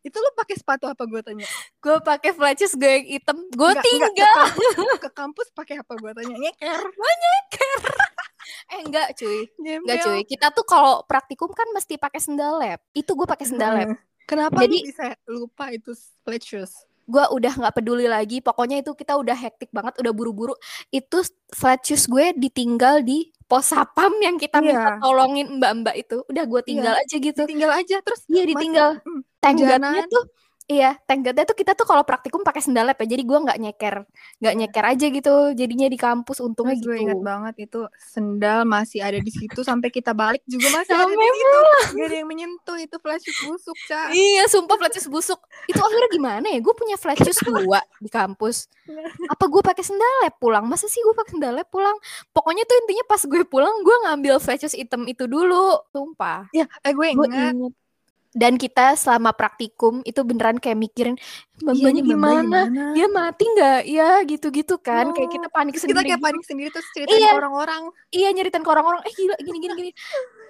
[SPEAKER 1] Itu lo pakai sepatu apa gue tanya?
[SPEAKER 2] Gue pakai flacis gue yang hitam. Gue
[SPEAKER 1] Nggak, nggak,
[SPEAKER 2] tinggal.
[SPEAKER 1] ke kampus, ke kampus pakai apa gue tanya? Nyeker.
[SPEAKER 2] Eh enggak cuy. Enggak
[SPEAKER 1] Nyembel.
[SPEAKER 2] cuy, kita tuh kalau praktikum kan mesti pakai sendal lab. Itu gue pakai sendal lab.
[SPEAKER 1] Kenapa
[SPEAKER 2] Jadi-
[SPEAKER 1] lu bisa lupa itu split shoes?
[SPEAKER 2] Gue udah nggak peduli lagi. Pokoknya itu kita udah hektik banget, udah buru-buru. Itu flat shoes gue ditinggal di pos sapam yang kita
[SPEAKER 1] Iya.
[SPEAKER 2] minta tolongin mbak-mbak itu. Udah gue tinggal aja gitu.
[SPEAKER 1] Tinggal aja terus
[SPEAKER 2] Iya ditinggal.
[SPEAKER 1] mm,
[SPEAKER 2] Tenggatnya
[SPEAKER 1] hujanan.
[SPEAKER 2] tuh Iya, tenggatnya tuh kita tuh kalau praktikum pakai sendal lab ya. Jadi gue nggak nyeker, nggak nyeker aja gitu. Jadinya di kampus untungnya
[SPEAKER 1] Terus gue ingat
[SPEAKER 2] gitu.
[SPEAKER 1] banget itu sendal masih ada di situ sampai kita balik juga masih ada
[SPEAKER 2] Sampai
[SPEAKER 1] di situ. Gak ada yang menyentuh itu flash shoes busuk, Ca.
[SPEAKER 2] Iya, sumpah flat shoes busuk. Itu akhirnya gimana ya? Gue punya flat shoes dua di kampus. Apa gue pakai sendal lab pulang? Masa sih gue pakai sendal lab pulang? Pokoknya tuh intinya pas gue pulang, gue ngambil flat shoes hitam itu dulu. Sumpah.
[SPEAKER 1] Ya, eh gue
[SPEAKER 2] Gue
[SPEAKER 1] ingat.
[SPEAKER 2] inget. Dan kita selama praktikum itu beneran kayak mikirin, mbaknya
[SPEAKER 1] Iya, ini mbak-mbak
[SPEAKER 2] gimana?
[SPEAKER 1] gimana?
[SPEAKER 2] Dia mati nggak? Ya gitu-gitu kan. Kayak
[SPEAKER 1] Oh,
[SPEAKER 2] kita panik
[SPEAKER 1] Terus kita
[SPEAKER 2] sendiri.
[SPEAKER 1] kayak
[SPEAKER 2] gitu.
[SPEAKER 1] panik sendiri terus ceritain
[SPEAKER 2] Iya.
[SPEAKER 1] ke orang-orang.
[SPEAKER 2] Iya nyeritain ke orang-orang, eh gila gini-gini gini.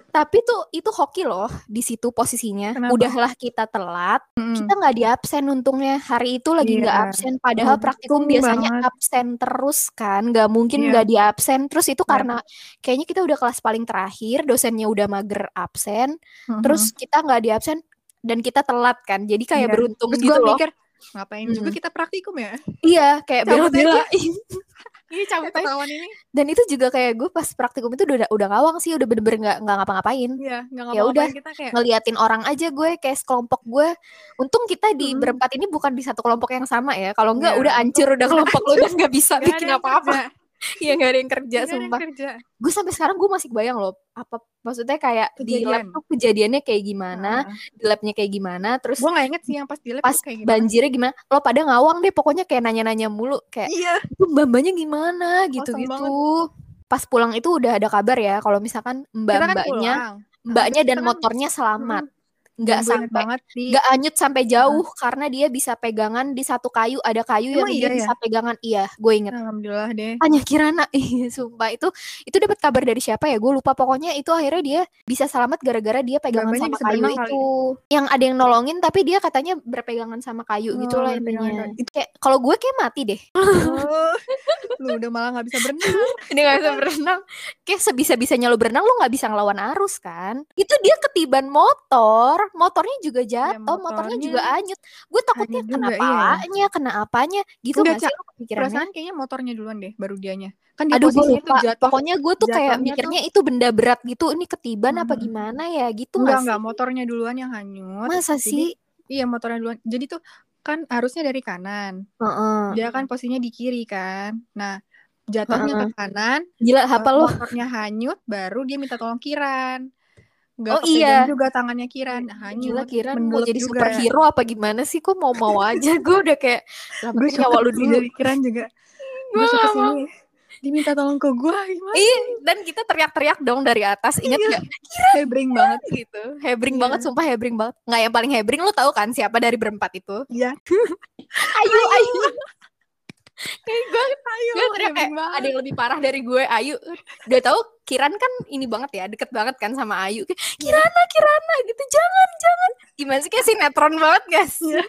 [SPEAKER 2] Tapi tuh itu hoki loh di situ posisinya.
[SPEAKER 1] Kenapa?
[SPEAKER 2] Udahlah kita telat
[SPEAKER 1] Mm.
[SPEAKER 2] kita nggak di absen untungnya hari itu lagi nggak
[SPEAKER 1] Iya.
[SPEAKER 2] absen padahal
[SPEAKER 1] Untung
[SPEAKER 2] praktikum biasanya
[SPEAKER 1] banget.
[SPEAKER 2] absen terus kan nggak mungkin
[SPEAKER 1] Iya.
[SPEAKER 2] nggak di absen terus itu
[SPEAKER 1] Iya.
[SPEAKER 2] karena kayaknya kita udah kelas paling terakhir dosennya udah mager absen
[SPEAKER 1] Mhm.
[SPEAKER 2] Hmm. terus kita nggak di absen dan kita telat kan jadi kayak
[SPEAKER 1] Iya.
[SPEAKER 2] beruntung
[SPEAKER 1] terus
[SPEAKER 2] gitu
[SPEAKER 1] gue
[SPEAKER 2] loh
[SPEAKER 1] mikir ngapain juga
[SPEAKER 2] Mm.
[SPEAKER 1] kita praktikum ya?
[SPEAKER 2] iya kayak
[SPEAKER 1] Cabut aja.
[SPEAKER 2] bela-belain
[SPEAKER 1] Ini cabut
[SPEAKER 2] Tapi-
[SPEAKER 1] ketahuan ini.
[SPEAKER 2] Dan itu juga kayak gue pas praktikum itu udah udah ngawang sih, udah bener-bener nggak nggak ngapa-ngapain.
[SPEAKER 1] Iya, enggak
[SPEAKER 2] Ya
[SPEAKER 1] ngapa-ngapain
[SPEAKER 2] udah.
[SPEAKER 1] kita kayak.
[SPEAKER 2] Ngeliatin orang aja gue kayak sekelompok gue. Untung kita di
[SPEAKER 1] Hmm.
[SPEAKER 2] berempat ini bukan di satu kelompok yang sama ya. Kalau enggak
[SPEAKER 1] Iya,
[SPEAKER 2] udah hancur udah kelompok lo dan nggak bisa
[SPEAKER 1] nggak ada
[SPEAKER 2] bikin
[SPEAKER 1] yang
[SPEAKER 2] apa-apa.
[SPEAKER 1] kerja,
[SPEAKER 2] Iya nggak ada yang kerja
[SPEAKER 1] nggak ada yang
[SPEAKER 2] sumpah.
[SPEAKER 1] kerja.
[SPEAKER 2] Gue sampai sekarang gue masih bayang loh apa maksudnya kayak di lab
[SPEAKER 1] Kejadian.
[SPEAKER 2] tuh kejadiannya kayak gimana,
[SPEAKER 1] Nah,
[SPEAKER 2] di labnya kayak gimana, terus
[SPEAKER 1] gue nggak inget sih yang pas di lab
[SPEAKER 2] pas
[SPEAKER 1] tuh kayak gimana.
[SPEAKER 2] banjirnya gimana. Lo pada ngawang deh pokoknya kayak nanya-nanya mulu kayak
[SPEAKER 1] Iya.
[SPEAKER 2] itu mbak-mbaknya gimana gitu-gitu. Pas pulang itu udah ada kabar ya kalau misalkan
[SPEAKER 1] Kita kan
[SPEAKER 2] mbak-mbaknya
[SPEAKER 1] pulang.
[SPEAKER 2] mbaknya
[SPEAKER 1] Terus
[SPEAKER 2] dan
[SPEAKER 1] kita kan-
[SPEAKER 2] motornya selamat nggak
[SPEAKER 1] Dan gua inget
[SPEAKER 2] sampai
[SPEAKER 1] banget di
[SPEAKER 2] nggak hanyut sampai
[SPEAKER 1] Iya.
[SPEAKER 2] jauh karena dia bisa pegangan di satu kayu ada kayu
[SPEAKER 1] Emang
[SPEAKER 2] yang dia
[SPEAKER 1] iya ya?
[SPEAKER 2] bisa pegangan iya gue inget
[SPEAKER 1] Alhamdulillah deh.
[SPEAKER 2] Tanya Kirana Ih, sumpah itu itu dapat kabar dari siapa ya gue lupa pokoknya itu akhirnya dia bisa selamat gara-gara dia pegangan
[SPEAKER 1] Gambarnya
[SPEAKER 2] sama
[SPEAKER 1] bisa ya?
[SPEAKER 2] kayu
[SPEAKER 1] berenang kali.
[SPEAKER 2] itu yang ada yang nolongin tapi dia katanya berpegangan sama kayu
[SPEAKER 1] Oh,
[SPEAKER 2] gitu lah
[SPEAKER 1] berpegangan
[SPEAKER 2] intinya
[SPEAKER 1] kayu.
[SPEAKER 2] itu kayak kalau gue kayak mati deh
[SPEAKER 1] Oh, lu udah malah nggak bisa berenang.
[SPEAKER 2] dia nggak bisa berenang kayak sebisa bisanya lo berenang lo nggak bisa ngelawan arus kan itu dia ketiban motor motornya juga jatuh motornya
[SPEAKER 1] Iya, motornya
[SPEAKER 2] juga anyut gue takutnya
[SPEAKER 1] anyut
[SPEAKER 2] kena
[SPEAKER 1] juga, iya.
[SPEAKER 2] palanya kena apanya gitu
[SPEAKER 1] Enggak,
[SPEAKER 2] nggak sih lo kepikirannya
[SPEAKER 1] Perasaan kayaknya motornya duluan deh, baru dianya. Kan dia
[SPEAKER 2] ya. aduh gue
[SPEAKER 1] posisinya tuh
[SPEAKER 2] lupa
[SPEAKER 1] jatuh.
[SPEAKER 2] pokoknya gue tuh kayak
[SPEAKER 1] jatuhnya
[SPEAKER 2] mikirnya itu benda berat gitu ini ketiban apa
[SPEAKER 1] Hmm.
[SPEAKER 2] gimana ya gitu
[SPEAKER 1] Enggak,
[SPEAKER 2] nggak
[SPEAKER 1] enggak,
[SPEAKER 2] sih?
[SPEAKER 1] motornya duluan yang hanyut.
[SPEAKER 2] masa
[SPEAKER 1] Jadi-
[SPEAKER 2] sih
[SPEAKER 1] Iya, motornya duluan. Jadi tuh kan arusnya dari kanan.
[SPEAKER 2] Heeh.
[SPEAKER 1] Dia kan posisinya di kiri kan. Nah, jatuhnya ke kanan,
[SPEAKER 2] gila hafal
[SPEAKER 1] eh,
[SPEAKER 2] lo
[SPEAKER 1] motornya hanyut, baru dia minta tolong Kiran. Nggak
[SPEAKER 2] Oh,
[SPEAKER 1] kepegang
[SPEAKER 2] iya.
[SPEAKER 1] juga tangannya Kiran, hanyut.
[SPEAKER 2] gila kira mau
[SPEAKER 1] mendelep
[SPEAKER 2] jadi
[SPEAKER 1] juga.
[SPEAKER 2] superhero apa gimana sih kok mau mau aja gue udah kayak
[SPEAKER 1] Gue
[SPEAKER 2] selamatin
[SPEAKER 1] shock
[SPEAKER 2] nyawa lu
[SPEAKER 1] sih
[SPEAKER 2] dulu
[SPEAKER 1] dari Kiran juga. Gue
[SPEAKER 2] Gua
[SPEAKER 1] shock
[SPEAKER 2] nggak mau.
[SPEAKER 1] sini. Diminta tolong ke gue gimana?
[SPEAKER 2] Ih, dan kita teriak-teriak dong dari atas ingat
[SPEAKER 1] Iya.
[SPEAKER 2] nggak
[SPEAKER 1] Hebring banget.
[SPEAKER 2] gitu hebring
[SPEAKER 1] Iya.
[SPEAKER 2] banget sumpah hebring banget nggak yang paling hebring lo tahu kan siapa dari berempat itu
[SPEAKER 1] Iya.
[SPEAKER 2] ayu ayu kayak gue
[SPEAKER 1] Ayo,
[SPEAKER 2] gue teriak kayak,
[SPEAKER 1] hebring banget.
[SPEAKER 2] ada yang lebih parah dari gue Ayu udah tahu Kiran kan ini banget ya deket banget kan sama Ayu Kayak,
[SPEAKER 1] Iya.
[SPEAKER 2] Kirana Kirana gitu jangan jangan gimana sih kayak sinetron banget gak sih
[SPEAKER 1] Iya.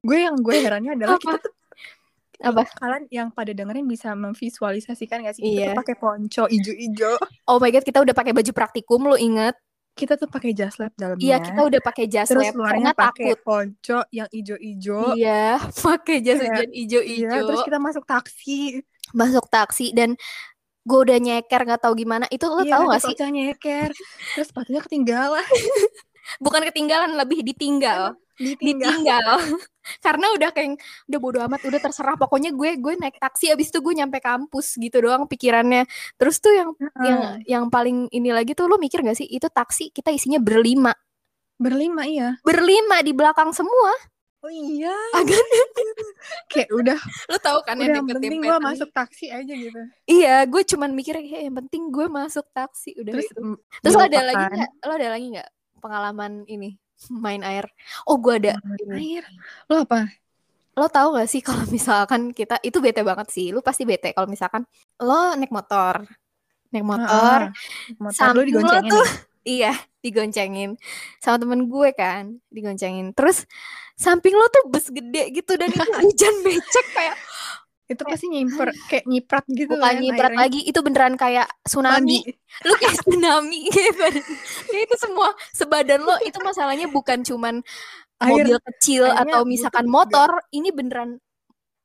[SPEAKER 1] Gue yang gue herannya adalah
[SPEAKER 2] Apa?
[SPEAKER 1] kita tuh
[SPEAKER 2] Apa?
[SPEAKER 1] kalian yang pada dengerin bisa memvisualisasikan gak sih kita
[SPEAKER 2] Iya.
[SPEAKER 1] tuh pakai ponco ijo-ijo
[SPEAKER 2] oh my god kita udah pakai baju praktikum lo inget
[SPEAKER 1] kita tuh pakai jas lab dalamnya
[SPEAKER 2] iya kita udah pakai jas
[SPEAKER 1] terus
[SPEAKER 2] lab
[SPEAKER 1] luarnya
[SPEAKER 2] karena
[SPEAKER 1] pakai
[SPEAKER 2] takut
[SPEAKER 1] ponco yang ijo-ijo
[SPEAKER 2] iya pakai jas
[SPEAKER 1] Kayak,
[SPEAKER 2] hujan
[SPEAKER 1] Iya,
[SPEAKER 2] ijo-ijo
[SPEAKER 1] terus kita masuk taksi
[SPEAKER 2] masuk taksi dan gue udah nyeker nggak tahu gimana itu lo
[SPEAKER 1] Iya,
[SPEAKER 2] tahu
[SPEAKER 1] nanti
[SPEAKER 2] gak sih
[SPEAKER 1] pocongnya nyeker terus sepatunya ketinggalan
[SPEAKER 2] bukan ketinggalan lebih ditinggal
[SPEAKER 1] ditinggal
[SPEAKER 2] ditinggal karena udah kayak udah bodo amat udah terserah pokoknya gue gue naik taksi abis itu gue nyampe kampus gitu doang pikirannya terus tuh yang yang yang paling ini lagi tuh lu mikir gak sih itu taksi kita isinya berlima
[SPEAKER 1] berlima iya
[SPEAKER 2] berlima di belakang semua
[SPEAKER 1] oh iya
[SPEAKER 2] Agak-
[SPEAKER 1] kayak udah
[SPEAKER 2] lu tahu kan
[SPEAKER 1] udah
[SPEAKER 2] yang
[SPEAKER 1] yang
[SPEAKER 2] deket
[SPEAKER 1] penting gue
[SPEAKER 2] dempetan.
[SPEAKER 1] masuk taksi aja gitu
[SPEAKER 2] iya gue cuman mikir "Ya, yang penting gue masuk taksi udah
[SPEAKER 1] terus
[SPEAKER 2] itu. terus kan? lo ada
[SPEAKER 1] dilupakan.
[SPEAKER 2] lagi nggak lo ada lagi nggak pengalaman ini main air oh gue ada ini.
[SPEAKER 1] air lo apa
[SPEAKER 2] lo tau gak sih kalau misalkan kita itu bete banget sih lu pasti bete kalau misalkan lo naik motor naik
[SPEAKER 1] Ah,
[SPEAKER 2] motor
[SPEAKER 1] motor
[SPEAKER 2] Samping
[SPEAKER 1] lu
[SPEAKER 2] lo
[SPEAKER 1] digoncengin
[SPEAKER 2] tuh.
[SPEAKER 1] ya?
[SPEAKER 2] iya digoncengin sama temen gue kan digoncengin terus samping lo tuh bus gede gitu dan itu hujan becek kayak
[SPEAKER 1] itu pasti nyimper kayak nyiprat gitu
[SPEAKER 2] bukan
[SPEAKER 1] kan
[SPEAKER 2] nyiprat
[SPEAKER 1] airnya.
[SPEAKER 2] lagi itu beneran kayak
[SPEAKER 1] mandi
[SPEAKER 2] tsunami lu kayak tsunami gitu kayak itu semua sebadan lo itu masalahnya bukan cuman
[SPEAKER 1] air
[SPEAKER 2] mobil
[SPEAKER 1] airnya
[SPEAKER 2] kecil
[SPEAKER 1] gitu,
[SPEAKER 2] atau
[SPEAKER 1] butuh
[SPEAKER 2] misalkan
[SPEAKER 1] juga.
[SPEAKER 2] motor ini beneran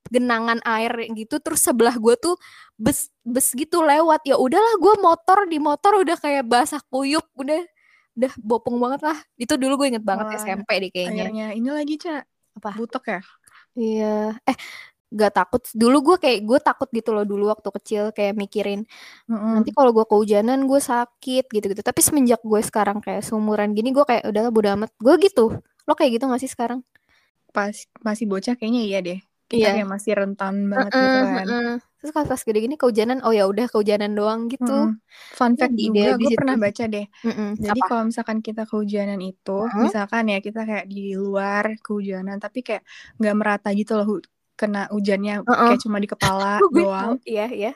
[SPEAKER 2] genangan air gitu terus sebelah gue tuh bus bus gitu lewat ya udahlah gue motor di motor udah kayak basah kuyup udah udah bopong banget lah itu dulu gue inget banget
[SPEAKER 1] Wah,
[SPEAKER 2] SMP deh kayaknya
[SPEAKER 1] airnya ini lagi cak
[SPEAKER 2] Apa?
[SPEAKER 1] butek ya
[SPEAKER 2] iya eh gak takut dulu gue kayak gue takut gitu loh dulu waktu kecil kayak mikirin
[SPEAKER 1] Mm-mm.
[SPEAKER 2] nanti kalau gue kehujanan gue sakit gitu gitu tapi semenjak gue sekarang kayak seumuran gini gue kayak udahlah bodo amat gue gitu lo kayak gitu gak sih sekarang
[SPEAKER 1] pas masih bocah kayaknya iya deh kita
[SPEAKER 2] Iya.
[SPEAKER 1] kayak masih rentan banget gitu
[SPEAKER 2] Heeh,
[SPEAKER 1] kan
[SPEAKER 2] heeh. Terus kalau pas gede gini kehujanan, oh ya udah kehujanan doang gitu.
[SPEAKER 1] Mm-mm. fun fact
[SPEAKER 2] Jadi deh
[SPEAKER 1] juga
[SPEAKER 2] abis
[SPEAKER 1] gue
[SPEAKER 2] itu.
[SPEAKER 1] pernah baca deh
[SPEAKER 2] Heeh.
[SPEAKER 1] jadi
[SPEAKER 2] Apa?
[SPEAKER 1] kalau misalkan kita kehujanan itu
[SPEAKER 2] Heeh.
[SPEAKER 1] misalkan ya kita kayak di luar kehujanan tapi kayak nggak merata gitu loh hu- kena hujannya
[SPEAKER 2] Heeh.
[SPEAKER 1] kayak cuma di kepala
[SPEAKER 2] Oh, gue
[SPEAKER 1] doang
[SPEAKER 2] tahu. Iya, iya.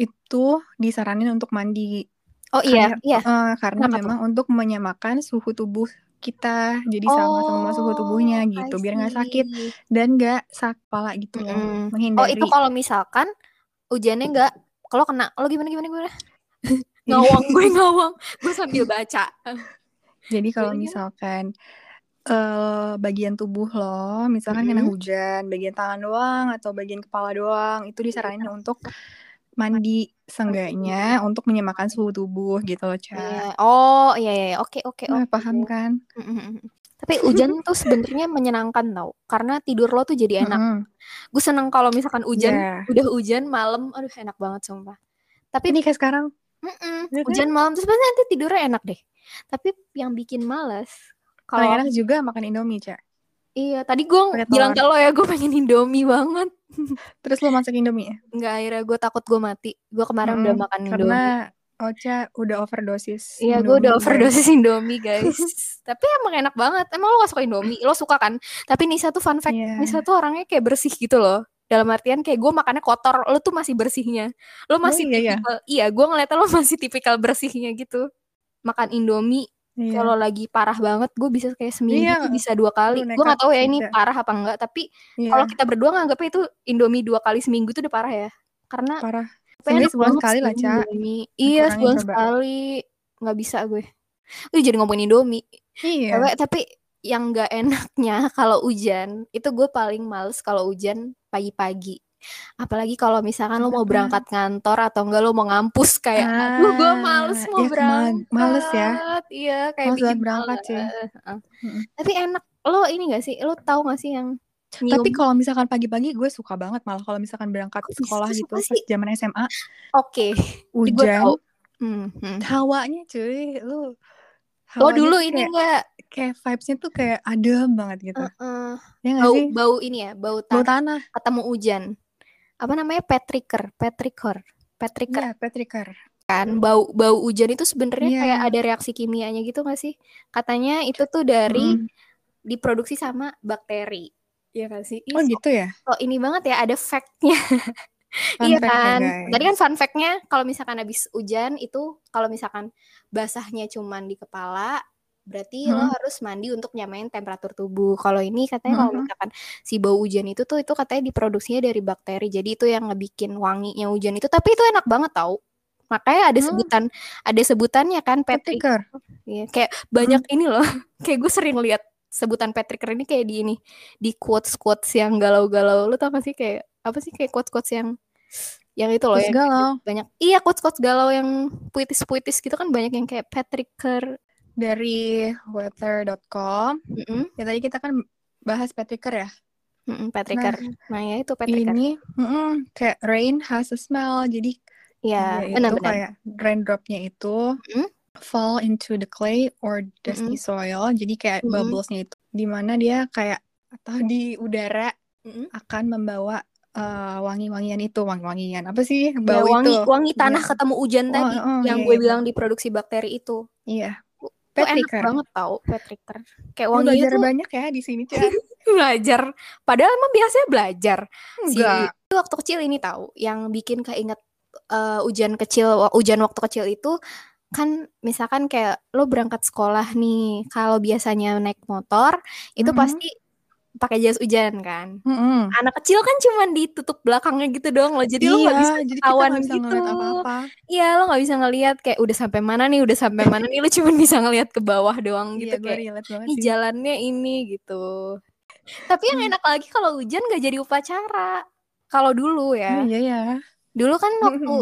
[SPEAKER 1] itu disaranin untuk mandi
[SPEAKER 2] Oh iya,
[SPEAKER 1] Kayak-
[SPEAKER 2] iya.
[SPEAKER 1] Eh, karena
[SPEAKER 2] Kenapa tuh?
[SPEAKER 1] memang untuk menyamakan suhu tubuh kita jadi sama sama suhu tubuhnya
[SPEAKER 2] Oh,
[SPEAKER 1] gitu
[SPEAKER 2] I
[SPEAKER 1] biar nggak sakit
[SPEAKER 2] see.
[SPEAKER 1] dan nggak sakit kepala gitu loh
[SPEAKER 2] Mm-mm. Oh
[SPEAKER 1] menghindari
[SPEAKER 2] itu kalau misalkan hujannya nggak, kalau kena, lo gimana gimana gimana?
[SPEAKER 1] Iya.
[SPEAKER 2] Ngawang, gue ngawang, gue sambil baca.
[SPEAKER 1] Jadi kalau
[SPEAKER 2] Jadinya-
[SPEAKER 1] misalkan eh, bagian tubuh lo, misalkan kena
[SPEAKER 2] Mm-mm.
[SPEAKER 1] hujan, bagian tangan doang atau bagian kepala doang, itu disaranin
[SPEAKER 2] Iya.
[SPEAKER 1] untuk mandi seenggaknya untuk menyamakan suhu tubuh gitu loh, Ca.
[SPEAKER 2] Iya. Oh iya iya, iya. oke oke
[SPEAKER 1] Nah,
[SPEAKER 2] oke.
[SPEAKER 1] paham kan?
[SPEAKER 2] Mm-mm. Tapi hujan tuh sebenarnya menyenangkan tau, karena tidur lo tuh jadi enak.
[SPEAKER 1] Mm-mm.
[SPEAKER 2] Gue seneng kalau misalkan hujan,
[SPEAKER 1] Iya.
[SPEAKER 2] udah hujan malam, aduh enak banget sumpah. Tapi
[SPEAKER 1] Ini kayak sekarang
[SPEAKER 2] Mm-mm,
[SPEAKER 1] Iya kan?
[SPEAKER 2] hujan malam terus pasti nanti tidurnya enak deh. Tapi yang bikin males
[SPEAKER 1] kalau
[SPEAKER 2] kalau
[SPEAKER 1] enak juga makan Indomie, Ca.
[SPEAKER 2] iya tadi gue
[SPEAKER 1] Pakai
[SPEAKER 2] bilang ke
[SPEAKER 1] telur.
[SPEAKER 2] lo ya gue pengen indomie banget.
[SPEAKER 1] Terus lo masak Indomie ya?
[SPEAKER 2] Nggak akhirnya gue takut gue mati. Gue kemarin
[SPEAKER 1] Mm-mm,
[SPEAKER 2] udah makan
[SPEAKER 1] Karena
[SPEAKER 2] indomie.
[SPEAKER 1] Ocha udah overdosis.
[SPEAKER 2] Iya gue
[SPEAKER 1] Indomie,
[SPEAKER 2] udah
[SPEAKER 1] guys.
[SPEAKER 2] overdosis indomie guys. Tapi emang enak banget. Emang lo gak suka indomie? Lo suka kan? Tapi Nisa tuh fun fact,
[SPEAKER 1] Iya.
[SPEAKER 2] Nisa tuh orangnya kayak bersih gitu loh. Dalam artian kayak gue makannya kotor, lo tuh masih bersihnya. Lo masih
[SPEAKER 1] iya, iya.
[SPEAKER 2] tipikal, iya gue ngeliatnya lo masih tipikal bersihnya gitu. Makan indomie
[SPEAKER 1] Iya.
[SPEAKER 2] kalau lagi parah banget gue bisa kayak seminggu
[SPEAKER 1] Iya.
[SPEAKER 2] tuh bisa dua kali
[SPEAKER 1] Lu
[SPEAKER 2] gue
[SPEAKER 1] nekat
[SPEAKER 2] nggak tahu ya ini
[SPEAKER 1] bisa.
[SPEAKER 2] parah apa enggak tapi
[SPEAKER 1] Iya,
[SPEAKER 2] kalau kita berdua nganggapnya itu indomie dua kali seminggu tuh udah parah ya karena
[SPEAKER 1] parah.
[SPEAKER 2] apa
[SPEAKER 1] Sebenarnya
[SPEAKER 2] enak
[SPEAKER 1] sebulan
[SPEAKER 2] banget
[SPEAKER 1] sekali
[SPEAKER 2] sih
[SPEAKER 1] lah, Ca.
[SPEAKER 2] Indomie. iya
[SPEAKER 1] Dikurangin
[SPEAKER 2] sebulan
[SPEAKER 1] coba.
[SPEAKER 2] sekali nggak bisa gue Lu jadi ngomongin indomie
[SPEAKER 1] Iya.
[SPEAKER 2] Cewek, tapi yang nggak enaknya kalau hujan itu gue paling males kalau hujan pagi-pagi apalagi kalau misalkan lo mau
[SPEAKER 1] Kenapa?
[SPEAKER 2] berangkat kantor atau enggak lo mau ngampus kayak
[SPEAKER 1] Ah,
[SPEAKER 2] aduh gue males mau
[SPEAKER 1] iya,
[SPEAKER 2] berangkat
[SPEAKER 1] kema- males ya.
[SPEAKER 2] iya
[SPEAKER 1] Males
[SPEAKER 2] kayak
[SPEAKER 1] banget
[SPEAKER 2] bikin eh,
[SPEAKER 1] berangkat sih.
[SPEAKER 2] males. Heeh.
[SPEAKER 1] Mm-mm.
[SPEAKER 2] tapi enak lo ini gak sih lo tahu gak sih yang nyium?
[SPEAKER 1] Tapi kalau misalkan pagi-pagi gue suka banget malah kalau misalkan berangkat
[SPEAKER 2] Kok bisa?
[SPEAKER 1] sekolah
[SPEAKER 2] Suka
[SPEAKER 1] gitu
[SPEAKER 2] sih.
[SPEAKER 1] pas zaman SMA
[SPEAKER 2] oke gue
[SPEAKER 1] hujan
[SPEAKER 2] tahu. Hmm, hmm.
[SPEAKER 1] hawanya cuy lu
[SPEAKER 2] lo
[SPEAKER 1] hawanya
[SPEAKER 2] dulu
[SPEAKER 1] tuh
[SPEAKER 2] ini
[SPEAKER 1] kayak,
[SPEAKER 2] enggak
[SPEAKER 1] kayak vibes-nya tuh kayak adem banget gitu.
[SPEAKER 2] eh,
[SPEAKER 1] Ya nggak
[SPEAKER 2] bau
[SPEAKER 1] sih?
[SPEAKER 2] bau ini ya bau
[SPEAKER 1] Bau tanah.
[SPEAKER 2] tanah ketemu hujan apa namanya petriker petrikor
[SPEAKER 1] Iya,
[SPEAKER 2] petriker
[SPEAKER 1] Petrikar.
[SPEAKER 2] kan bau bau hujan itu sebenarnya
[SPEAKER 1] Iya.
[SPEAKER 2] kayak ada reaksi kimianya gitu gak sih katanya itu tuh dari
[SPEAKER 1] Mm-mm.
[SPEAKER 2] diproduksi sama bakteri Iya gak sih? Ih,
[SPEAKER 1] Oh gitu ya?
[SPEAKER 2] so- so ini banget ya ada fact-nya
[SPEAKER 1] Fun
[SPEAKER 2] iya
[SPEAKER 1] fact-nya,
[SPEAKER 2] kan.
[SPEAKER 1] guys.
[SPEAKER 2] Tadi kan fun fact-nya kalau misalkan habis hujan itu kalau misalkan basahnya cuman di kepala berarti lo
[SPEAKER 1] Hmm.
[SPEAKER 2] harus mandi untuk nyamain temperatur tubuh. Kalau ini katanya kalau
[SPEAKER 1] Hmm.
[SPEAKER 2] misalkan si bau hujan itu tuh itu katanya diproduksinya dari bakteri. Jadi itu yang ngebikin wanginya hujan itu. Tapi itu enak banget tau. Makanya ada
[SPEAKER 1] Hmm.
[SPEAKER 2] sebutan, ada sebutannya kan Patrick.
[SPEAKER 1] Petrikar.
[SPEAKER 2] Iya, kayak banyak
[SPEAKER 1] Hmm.
[SPEAKER 2] ini loh. kayak gue sering lihat sebutan Patrick ini kayak di ini di quotes quotes yang galau-galau. Lo tau gak sih kayak apa sih kayak quotes quotes yang yang itu loh
[SPEAKER 1] Terus
[SPEAKER 2] yang
[SPEAKER 1] galau.
[SPEAKER 2] banyak iya quotes quotes galau yang puitis-puitis gitu kan banyak yang kayak Patricker.
[SPEAKER 1] Dari weather.com.
[SPEAKER 2] Mm-mm,
[SPEAKER 1] Ya tadi kita kan bahas Petrikar ya.
[SPEAKER 2] mm-mm, Patricker. Nah, ya itu Patricker.
[SPEAKER 1] Ini mm-mm, kayak rain has a smell. Jadi dia
[SPEAKER 2] Iya,
[SPEAKER 1] itu
[SPEAKER 2] benar-benar.
[SPEAKER 1] kayak raindropnya itu
[SPEAKER 2] Mm.
[SPEAKER 1] fall into the clay or dusty soil. Jadi kayak
[SPEAKER 2] Mm-mm.
[SPEAKER 1] bubblesnya itu, dimana dia kayak atau di udara
[SPEAKER 2] Mm-mm.
[SPEAKER 1] akan membawa eh, wangi-wangian itu, wangi-wangian apa sih
[SPEAKER 2] Ya,
[SPEAKER 1] bau
[SPEAKER 2] wangi
[SPEAKER 1] itu?
[SPEAKER 2] wangi tanah
[SPEAKER 1] Iya.
[SPEAKER 2] ketemu hujan
[SPEAKER 1] Oh,
[SPEAKER 2] tadi
[SPEAKER 1] oh,
[SPEAKER 2] yang
[SPEAKER 1] iya,
[SPEAKER 2] gue
[SPEAKER 1] iya.
[SPEAKER 2] bilang diproduksi bakteri itu.
[SPEAKER 1] Iya.
[SPEAKER 2] Itu enak
[SPEAKER 1] Patricker.
[SPEAKER 2] banget tau Patricker. Kayak
[SPEAKER 1] Lu
[SPEAKER 2] wanginya
[SPEAKER 1] belajar
[SPEAKER 2] tuh
[SPEAKER 1] banyak ya di sini, Cak.
[SPEAKER 2] belajar. Padahal emang biasanya belajar. Si
[SPEAKER 1] Enggak.
[SPEAKER 2] itu waktu kecil ini tahu yang bikin keinget eh, hujan kecil wa- hujan waktu kecil itu kan misalkan kayak lo berangkat sekolah nih kalau biasanya naik motor itu
[SPEAKER 1] Mhm.
[SPEAKER 2] pasti pakai jas hujan kan
[SPEAKER 1] Mm-mm.
[SPEAKER 2] anak kecil kan cuman ditutup belakangnya gitu doang lo jadi lo nggak
[SPEAKER 1] iya,
[SPEAKER 2] bisa
[SPEAKER 1] jadi kita
[SPEAKER 2] ketahuan
[SPEAKER 1] nggak bisa ngeliat
[SPEAKER 2] gitu.
[SPEAKER 1] apa-apa.
[SPEAKER 2] iya lo nggak bisa ngelihat kayak udah sampai mana nih udah sampai mana nih lo cuman bisa ngelihat ke bawah doang
[SPEAKER 1] Iya,
[SPEAKER 2] gitu
[SPEAKER 1] gue
[SPEAKER 2] kayak
[SPEAKER 1] relate banget
[SPEAKER 2] ini
[SPEAKER 1] sih.
[SPEAKER 2] jalannya ini gitu tapi yang
[SPEAKER 1] Hmm.
[SPEAKER 2] enak lagi kalau hujan nggak jadi upacara kalau dulu ya
[SPEAKER 1] Oh, iya ya.
[SPEAKER 2] Dulu kan waktu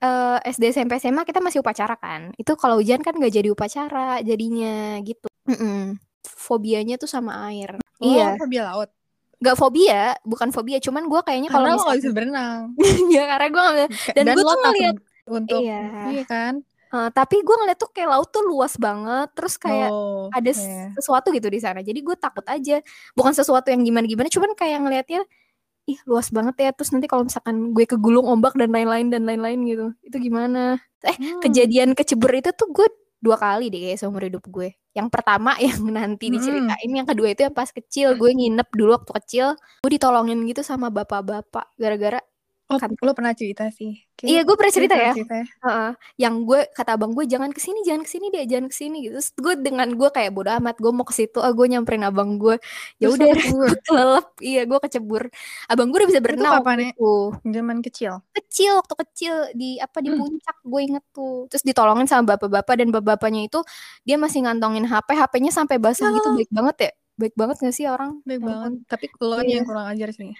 [SPEAKER 2] eh, SD SMP SMA kita masih upacara kan. Itu kalau hujan kan nggak jadi upacara jadinya gitu. Mm-mm. Fobianya tuh sama air.
[SPEAKER 1] Iya.
[SPEAKER 2] Iya,
[SPEAKER 1] Oh, dia laut.
[SPEAKER 2] nggak fobia, bukan fobia, cuman gua kayaknya kalau
[SPEAKER 1] Karena lo nggak
[SPEAKER 2] misalnya
[SPEAKER 1] bisa berenang.
[SPEAKER 2] ya karena gua nggak-
[SPEAKER 1] Ka-
[SPEAKER 2] Dan gua
[SPEAKER 1] lo
[SPEAKER 2] tuh
[SPEAKER 1] takut
[SPEAKER 2] ngeliat-
[SPEAKER 1] untuk
[SPEAKER 2] iya.
[SPEAKER 1] iya kan
[SPEAKER 2] Eh, tapi gua ngeliat tuh kayak laut tuh luas banget, terus kayak
[SPEAKER 1] Oh,
[SPEAKER 2] ada s-
[SPEAKER 1] iya.
[SPEAKER 2] sesuatu gitu di sana. Jadi gue takut aja. Bukan sesuatu yang gimana-gimana, cuman kayak ngelihatnya ih luas banget ya. Terus nanti kalau misalkan gue kegulung ombak dan lain-lain dan lain-lain gitu. Itu gimana? Eh,
[SPEAKER 1] Hmm.
[SPEAKER 2] kejadian kecebur itu tuh gue dua kali deh kayak seumur hidup gue. Yang pertama yang nanti
[SPEAKER 1] Mm-mm.
[SPEAKER 2] diceritain, yang kedua itu yang pas kecil gue nginep dulu waktu kecil, gue ditolongin gitu sama bapak-bapak gara-gara
[SPEAKER 1] Oh,
[SPEAKER 2] kan-
[SPEAKER 1] lo pernah cerita sih. Kayak-
[SPEAKER 2] Iya, gue pernah
[SPEAKER 1] kayak
[SPEAKER 2] cerita ya.
[SPEAKER 1] cerita
[SPEAKER 2] Heeh, yang gue kata abang gue jangan kesini jangan kesini dia jangan kesini gitu. Terus gue dengan gue kayak bodo amat gue mau ke situ, ah gue nyamperin abang gue.
[SPEAKER 1] Terus lo
[SPEAKER 2] Ya udah
[SPEAKER 1] kecebur.
[SPEAKER 2] gue kelelep, iya gue kecebur. Abang gue udah bisa berenang
[SPEAKER 1] kapan ya?
[SPEAKER 2] waktu itu.
[SPEAKER 1] Zaman kecil.
[SPEAKER 2] Kecil waktu kecil di apa di
[SPEAKER 1] Hmm.
[SPEAKER 2] puncak gue inget tuh. Terus ditolongin sama bapak-bapak dan bapak-bapaknya itu dia masih ngantongin HP, HP-nya sampai basah
[SPEAKER 1] Ya
[SPEAKER 2] gitu baik banget ya. baik banget gak sih orang?
[SPEAKER 1] Baik
[SPEAKER 2] Ampun.
[SPEAKER 1] banget. Tapi lo
[SPEAKER 2] Iya.
[SPEAKER 1] yang kurang ajar sih.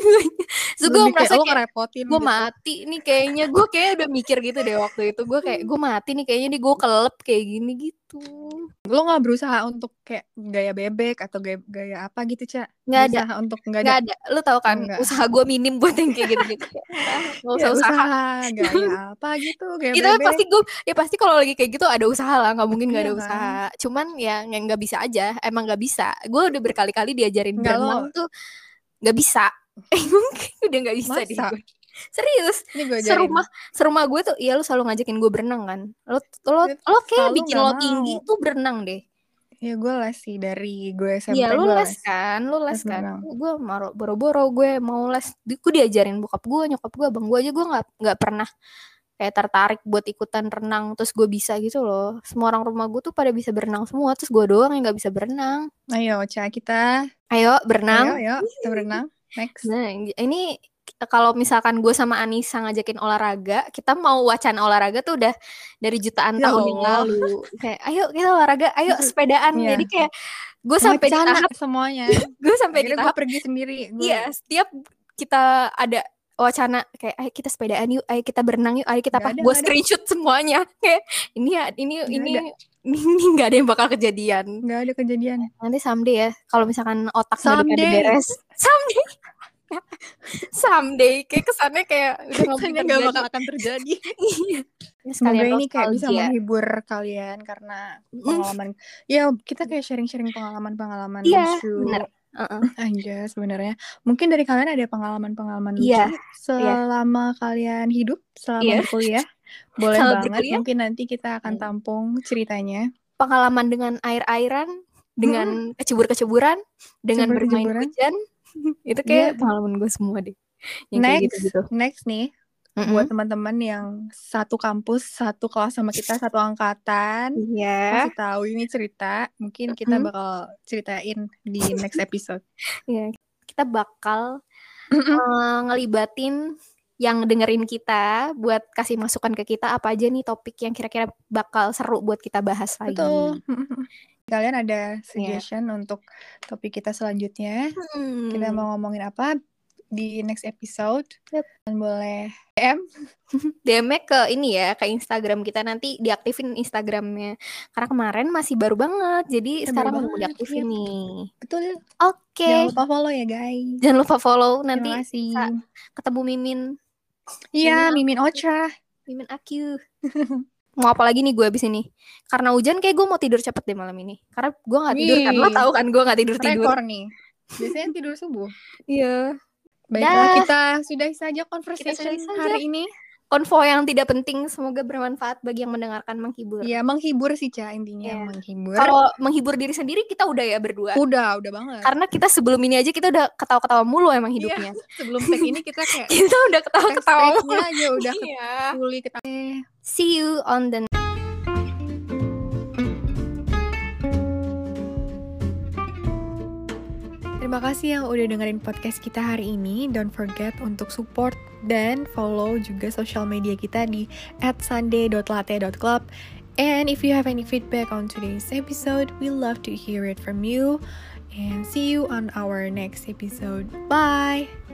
[SPEAKER 2] Terus gue
[SPEAKER 1] Lebih kayak
[SPEAKER 2] merasa
[SPEAKER 1] lo
[SPEAKER 2] kayak
[SPEAKER 1] ngerepotin.
[SPEAKER 2] gue
[SPEAKER 1] gitu.
[SPEAKER 2] mati nih kayaknya gue kayak udah mikir gitu deh waktu itu gue kayak gue mati nih kayaknya nih gue kelep kayak gini gitu
[SPEAKER 1] Lo nggak berusaha untuk kayak gaya bebek atau gaya, gaya apa gitu, Ca?
[SPEAKER 2] nggak ada
[SPEAKER 1] Berusaha untuk nggak ada.
[SPEAKER 2] nggak ada lu tau kan
[SPEAKER 1] Nggak.
[SPEAKER 2] usaha gue minim buat yang kayak gitu gitu nggak
[SPEAKER 1] Ya,
[SPEAKER 2] usah usaha
[SPEAKER 1] gaya apa gitu, gaya
[SPEAKER 2] itu
[SPEAKER 1] bebek.
[SPEAKER 2] pasti gue ya pasti kalau lagi kayak gitu ada usaha lah nggak mungkin nggak ada
[SPEAKER 1] Iya kan?
[SPEAKER 2] usaha cuman ya nggak nggak bisa aja emang nggak bisa gue udah berkali-kali diajarin
[SPEAKER 1] Nggak, lo-
[SPEAKER 2] berenang tuh nggak bisa Eh, udah nggak bisa deh
[SPEAKER 1] Masa?
[SPEAKER 2] gue. serius
[SPEAKER 1] Ini gue ajarin.
[SPEAKER 2] serumah serumah gue tuh iya lu selalu ngajakin gue berenang kan lo lo
[SPEAKER 1] Ya,
[SPEAKER 2] lo kayak
[SPEAKER 1] selalu
[SPEAKER 2] bikin
[SPEAKER 1] nggak
[SPEAKER 2] lo tinggi
[SPEAKER 1] mau.
[SPEAKER 2] tuh berenang deh
[SPEAKER 1] Ya gue les sih dari gue SMP
[SPEAKER 2] iya lu
[SPEAKER 1] gue
[SPEAKER 2] les kan lu les
[SPEAKER 1] Les
[SPEAKER 2] kan
[SPEAKER 1] berenang.
[SPEAKER 2] gue maro boro-boro gue mau les Di- gue diajarin bokap gue nyokap gue abang gue aja gue nggak nggak pernah kayak tertarik buat ikutan renang terus gue bisa gitu loh semua orang rumah gue tuh pada bisa berenang semua terus gue doang yang nggak bisa berenang
[SPEAKER 1] Ayo, Ca, kita. Ayo,
[SPEAKER 2] ayo berenang
[SPEAKER 1] ayo, kita berenang. Next.
[SPEAKER 2] nah ini kalau misalkan gue sama Anissa ngajakin olahraga, kita mau wacana olahraga tuh udah dari jutaan
[SPEAKER 1] Ya
[SPEAKER 2] tahun yang
[SPEAKER 1] Allah.
[SPEAKER 2] lalu. Kayak, ayo kita olahraga, ayo sepedaan.
[SPEAKER 1] Iya.
[SPEAKER 2] Jadi kayak gue Oh, sampai di
[SPEAKER 1] Wacana
[SPEAKER 2] tahap,
[SPEAKER 1] semuanya.
[SPEAKER 2] gue sampai di
[SPEAKER 1] Akhirnya
[SPEAKER 2] tahap
[SPEAKER 1] gue pergi sendiri. Gue
[SPEAKER 2] Iya, setiap kita ada wacana kayak ayo kita sepedaan yuk, ayo kita berenang yuk, ayo kita
[SPEAKER 1] Nggak
[SPEAKER 2] apa?
[SPEAKER 1] ada,
[SPEAKER 2] Gue
[SPEAKER 1] nggak ada.
[SPEAKER 2] screenshot semuanya. Kayak ini ya, ini
[SPEAKER 1] Nggak
[SPEAKER 2] ini
[SPEAKER 1] ada.
[SPEAKER 2] ini nggak ada yang bakal kejadian.
[SPEAKER 1] nggak ada kejadian.
[SPEAKER 2] Nanti someday ya, kalau misalkan otak someday.
[SPEAKER 1] Someday.
[SPEAKER 2] beres, someday, someday kayak kesannya kayak udah nggak mungkin
[SPEAKER 1] Kayaknya nggak
[SPEAKER 2] terjadi.
[SPEAKER 1] bakal akan terjadi.
[SPEAKER 2] Iya.
[SPEAKER 1] Semoga
[SPEAKER 2] Sekalian
[SPEAKER 1] ini kayak bisa
[SPEAKER 2] nostalgia. Hmm.
[SPEAKER 1] menghibur kalian karena
[SPEAKER 2] Mm,
[SPEAKER 1] pengalaman. Ya kita kayak sharing-sharing pengalaman-pengalaman
[SPEAKER 2] Iya,
[SPEAKER 1] lucu.
[SPEAKER 2] bener. Uh-uh.
[SPEAKER 1] Aja sebenarnya. Mungkin dari kalian ada pengalaman-pengalaman
[SPEAKER 2] Iya,
[SPEAKER 1] lucu selama kalian hidup, selama
[SPEAKER 2] Iya.
[SPEAKER 1] berkuliah. Boleh
[SPEAKER 2] Selama
[SPEAKER 1] banget.
[SPEAKER 2] berkuliah.
[SPEAKER 1] Mungkin nanti kita akan
[SPEAKER 2] Hmm.
[SPEAKER 1] tampung ceritanya.
[SPEAKER 2] Pengalaman dengan air-airan, dengan kecebur-keceburan, dengan bermain
[SPEAKER 1] Kecebur-keceburan.
[SPEAKER 2] hujan. Itu
[SPEAKER 1] Iya.
[SPEAKER 2] kayak pengalaman gue semua deh. Yang kayak
[SPEAKER 1] Next.
[SPEAKER 2] gitu-gitu.
[SPEAKER 1] Next nih
[SPEAKER 2] Mm-mm.
[SPEAKER 1] buat teman-teman yang satu kampus, satu kelas sama kita, satu angkatan.
[SPEAKER 2] Iya,
[SPEAKER 1] Kasih tahu ini cerita, mungkin kita
[SPEAKER 2] Mm-mm.
[SPEAKER 1] bakal ceritain di next episode.
[SPEAKER 2] iya. kita bakal eh, ngelibatin yang dengerin kita buat kasih masukan ke kita apa aja nih topik yang kira-kira bakal seru buat kita bahas lagi.
[SPEAKER 1] Betul. Kalian
[SPEAKER 2] Iya.
[SPEAKER 1] ada suggestion untuk topik kita selanjutnya?
[SPEAKER 2] Hmm.
[SPEAKER 1] Kita mau ngomongin apa di next episode?
[SPEAKER 2] Yep.
[SPEAKER 1] Dan boleh
[SPEAKER 2] DM -nya ke ini ya, ke Instagram kita nanti diaktifin Instagramnya. Karena kemarin masih baru banget, jadi
[SPEAKER 1] baru
[SPEAKER 2] sekarang udah mau
[SPEAKER 1] banget, Iya.
[SPEAKER 2] diaktifin
[SPEAKER 1] yep.
[SPEAKER 2] nih.
[SPEAKER 1] betul.
[SPEAKER 2] Oke,
[SPEAKER 1] Jangan lupa follow ya guys.
[SPEAKER 2] jangan lupa follow nanti
[SPEAKER 1] Terima kasih.
[SPEAKER 2] sa- ketemu Mimin,
[SPEAKER 1] Iya, Mimin
[SPEAKER 2] Mimin
[SPEAKER 1] Ocha.
[SPEAKER 2] Mimin Akyu. mau apa lagi nih gue abis ini? Karena hujan kayak gue mau tidur cepet deh malam ini. Karena gue nggak tidur kan, lo
[SPEAKER 1] Wih.
[SPEAKER 2] tau kan gue nggak tidur tidur.
[SPEAKER 1] Rekor nih. Biasanya tidur subuh.
[SPEAKER 2] Iya.
[SPEAKER 1] Baiklah,
[SPEAKER 2] Dah.
[SPEAKER 1] kita sudahi saja conversation
[SPEAKER 2] sudahi saja.
[SPEAKER 1] hari ini.
[SPEAKER 2] Konvo yang tidak penting semoga bermanfaat bagi yang mendengarkan menghibur.
[SPEAKER 1] Ya, menghibur sih, Ca, intinya
[SPEAKER 2] Iya.
[SPEAKER 1] menghibur.
[SPEAKER 2] Kalau menghibur diri sendiri kita udah ya berdua.
[SPEAKER 1] Udah, udah banget.
[SPEAKER 2] Karena kita sebelum ini aja kita udah ketawa-ketawa mulu emang
[SPEAKER 1] Iya,
[SPEAKER 2] hidupnya.
[SPEAKER 1] sebelum tag ini kita kayak
[SPEAKER 2] Kita udah ketawa-ketawa mulu.
[SPEAKER 1] tag-tagnya aja udah
[SPEAKER 2] Iya.
[SPEAKER 1] kuli kita.
[SPEAKER 2] See you on the
[SPEAKER 1] Terima kasih yang udah dengerin podcast kita hari ini. Don't forget untuk support dan follow juga social media kita di @sunday.latte.club. And if you have any feedback on today's episode, we love to hear it from you. And see you on our next episode. Bye.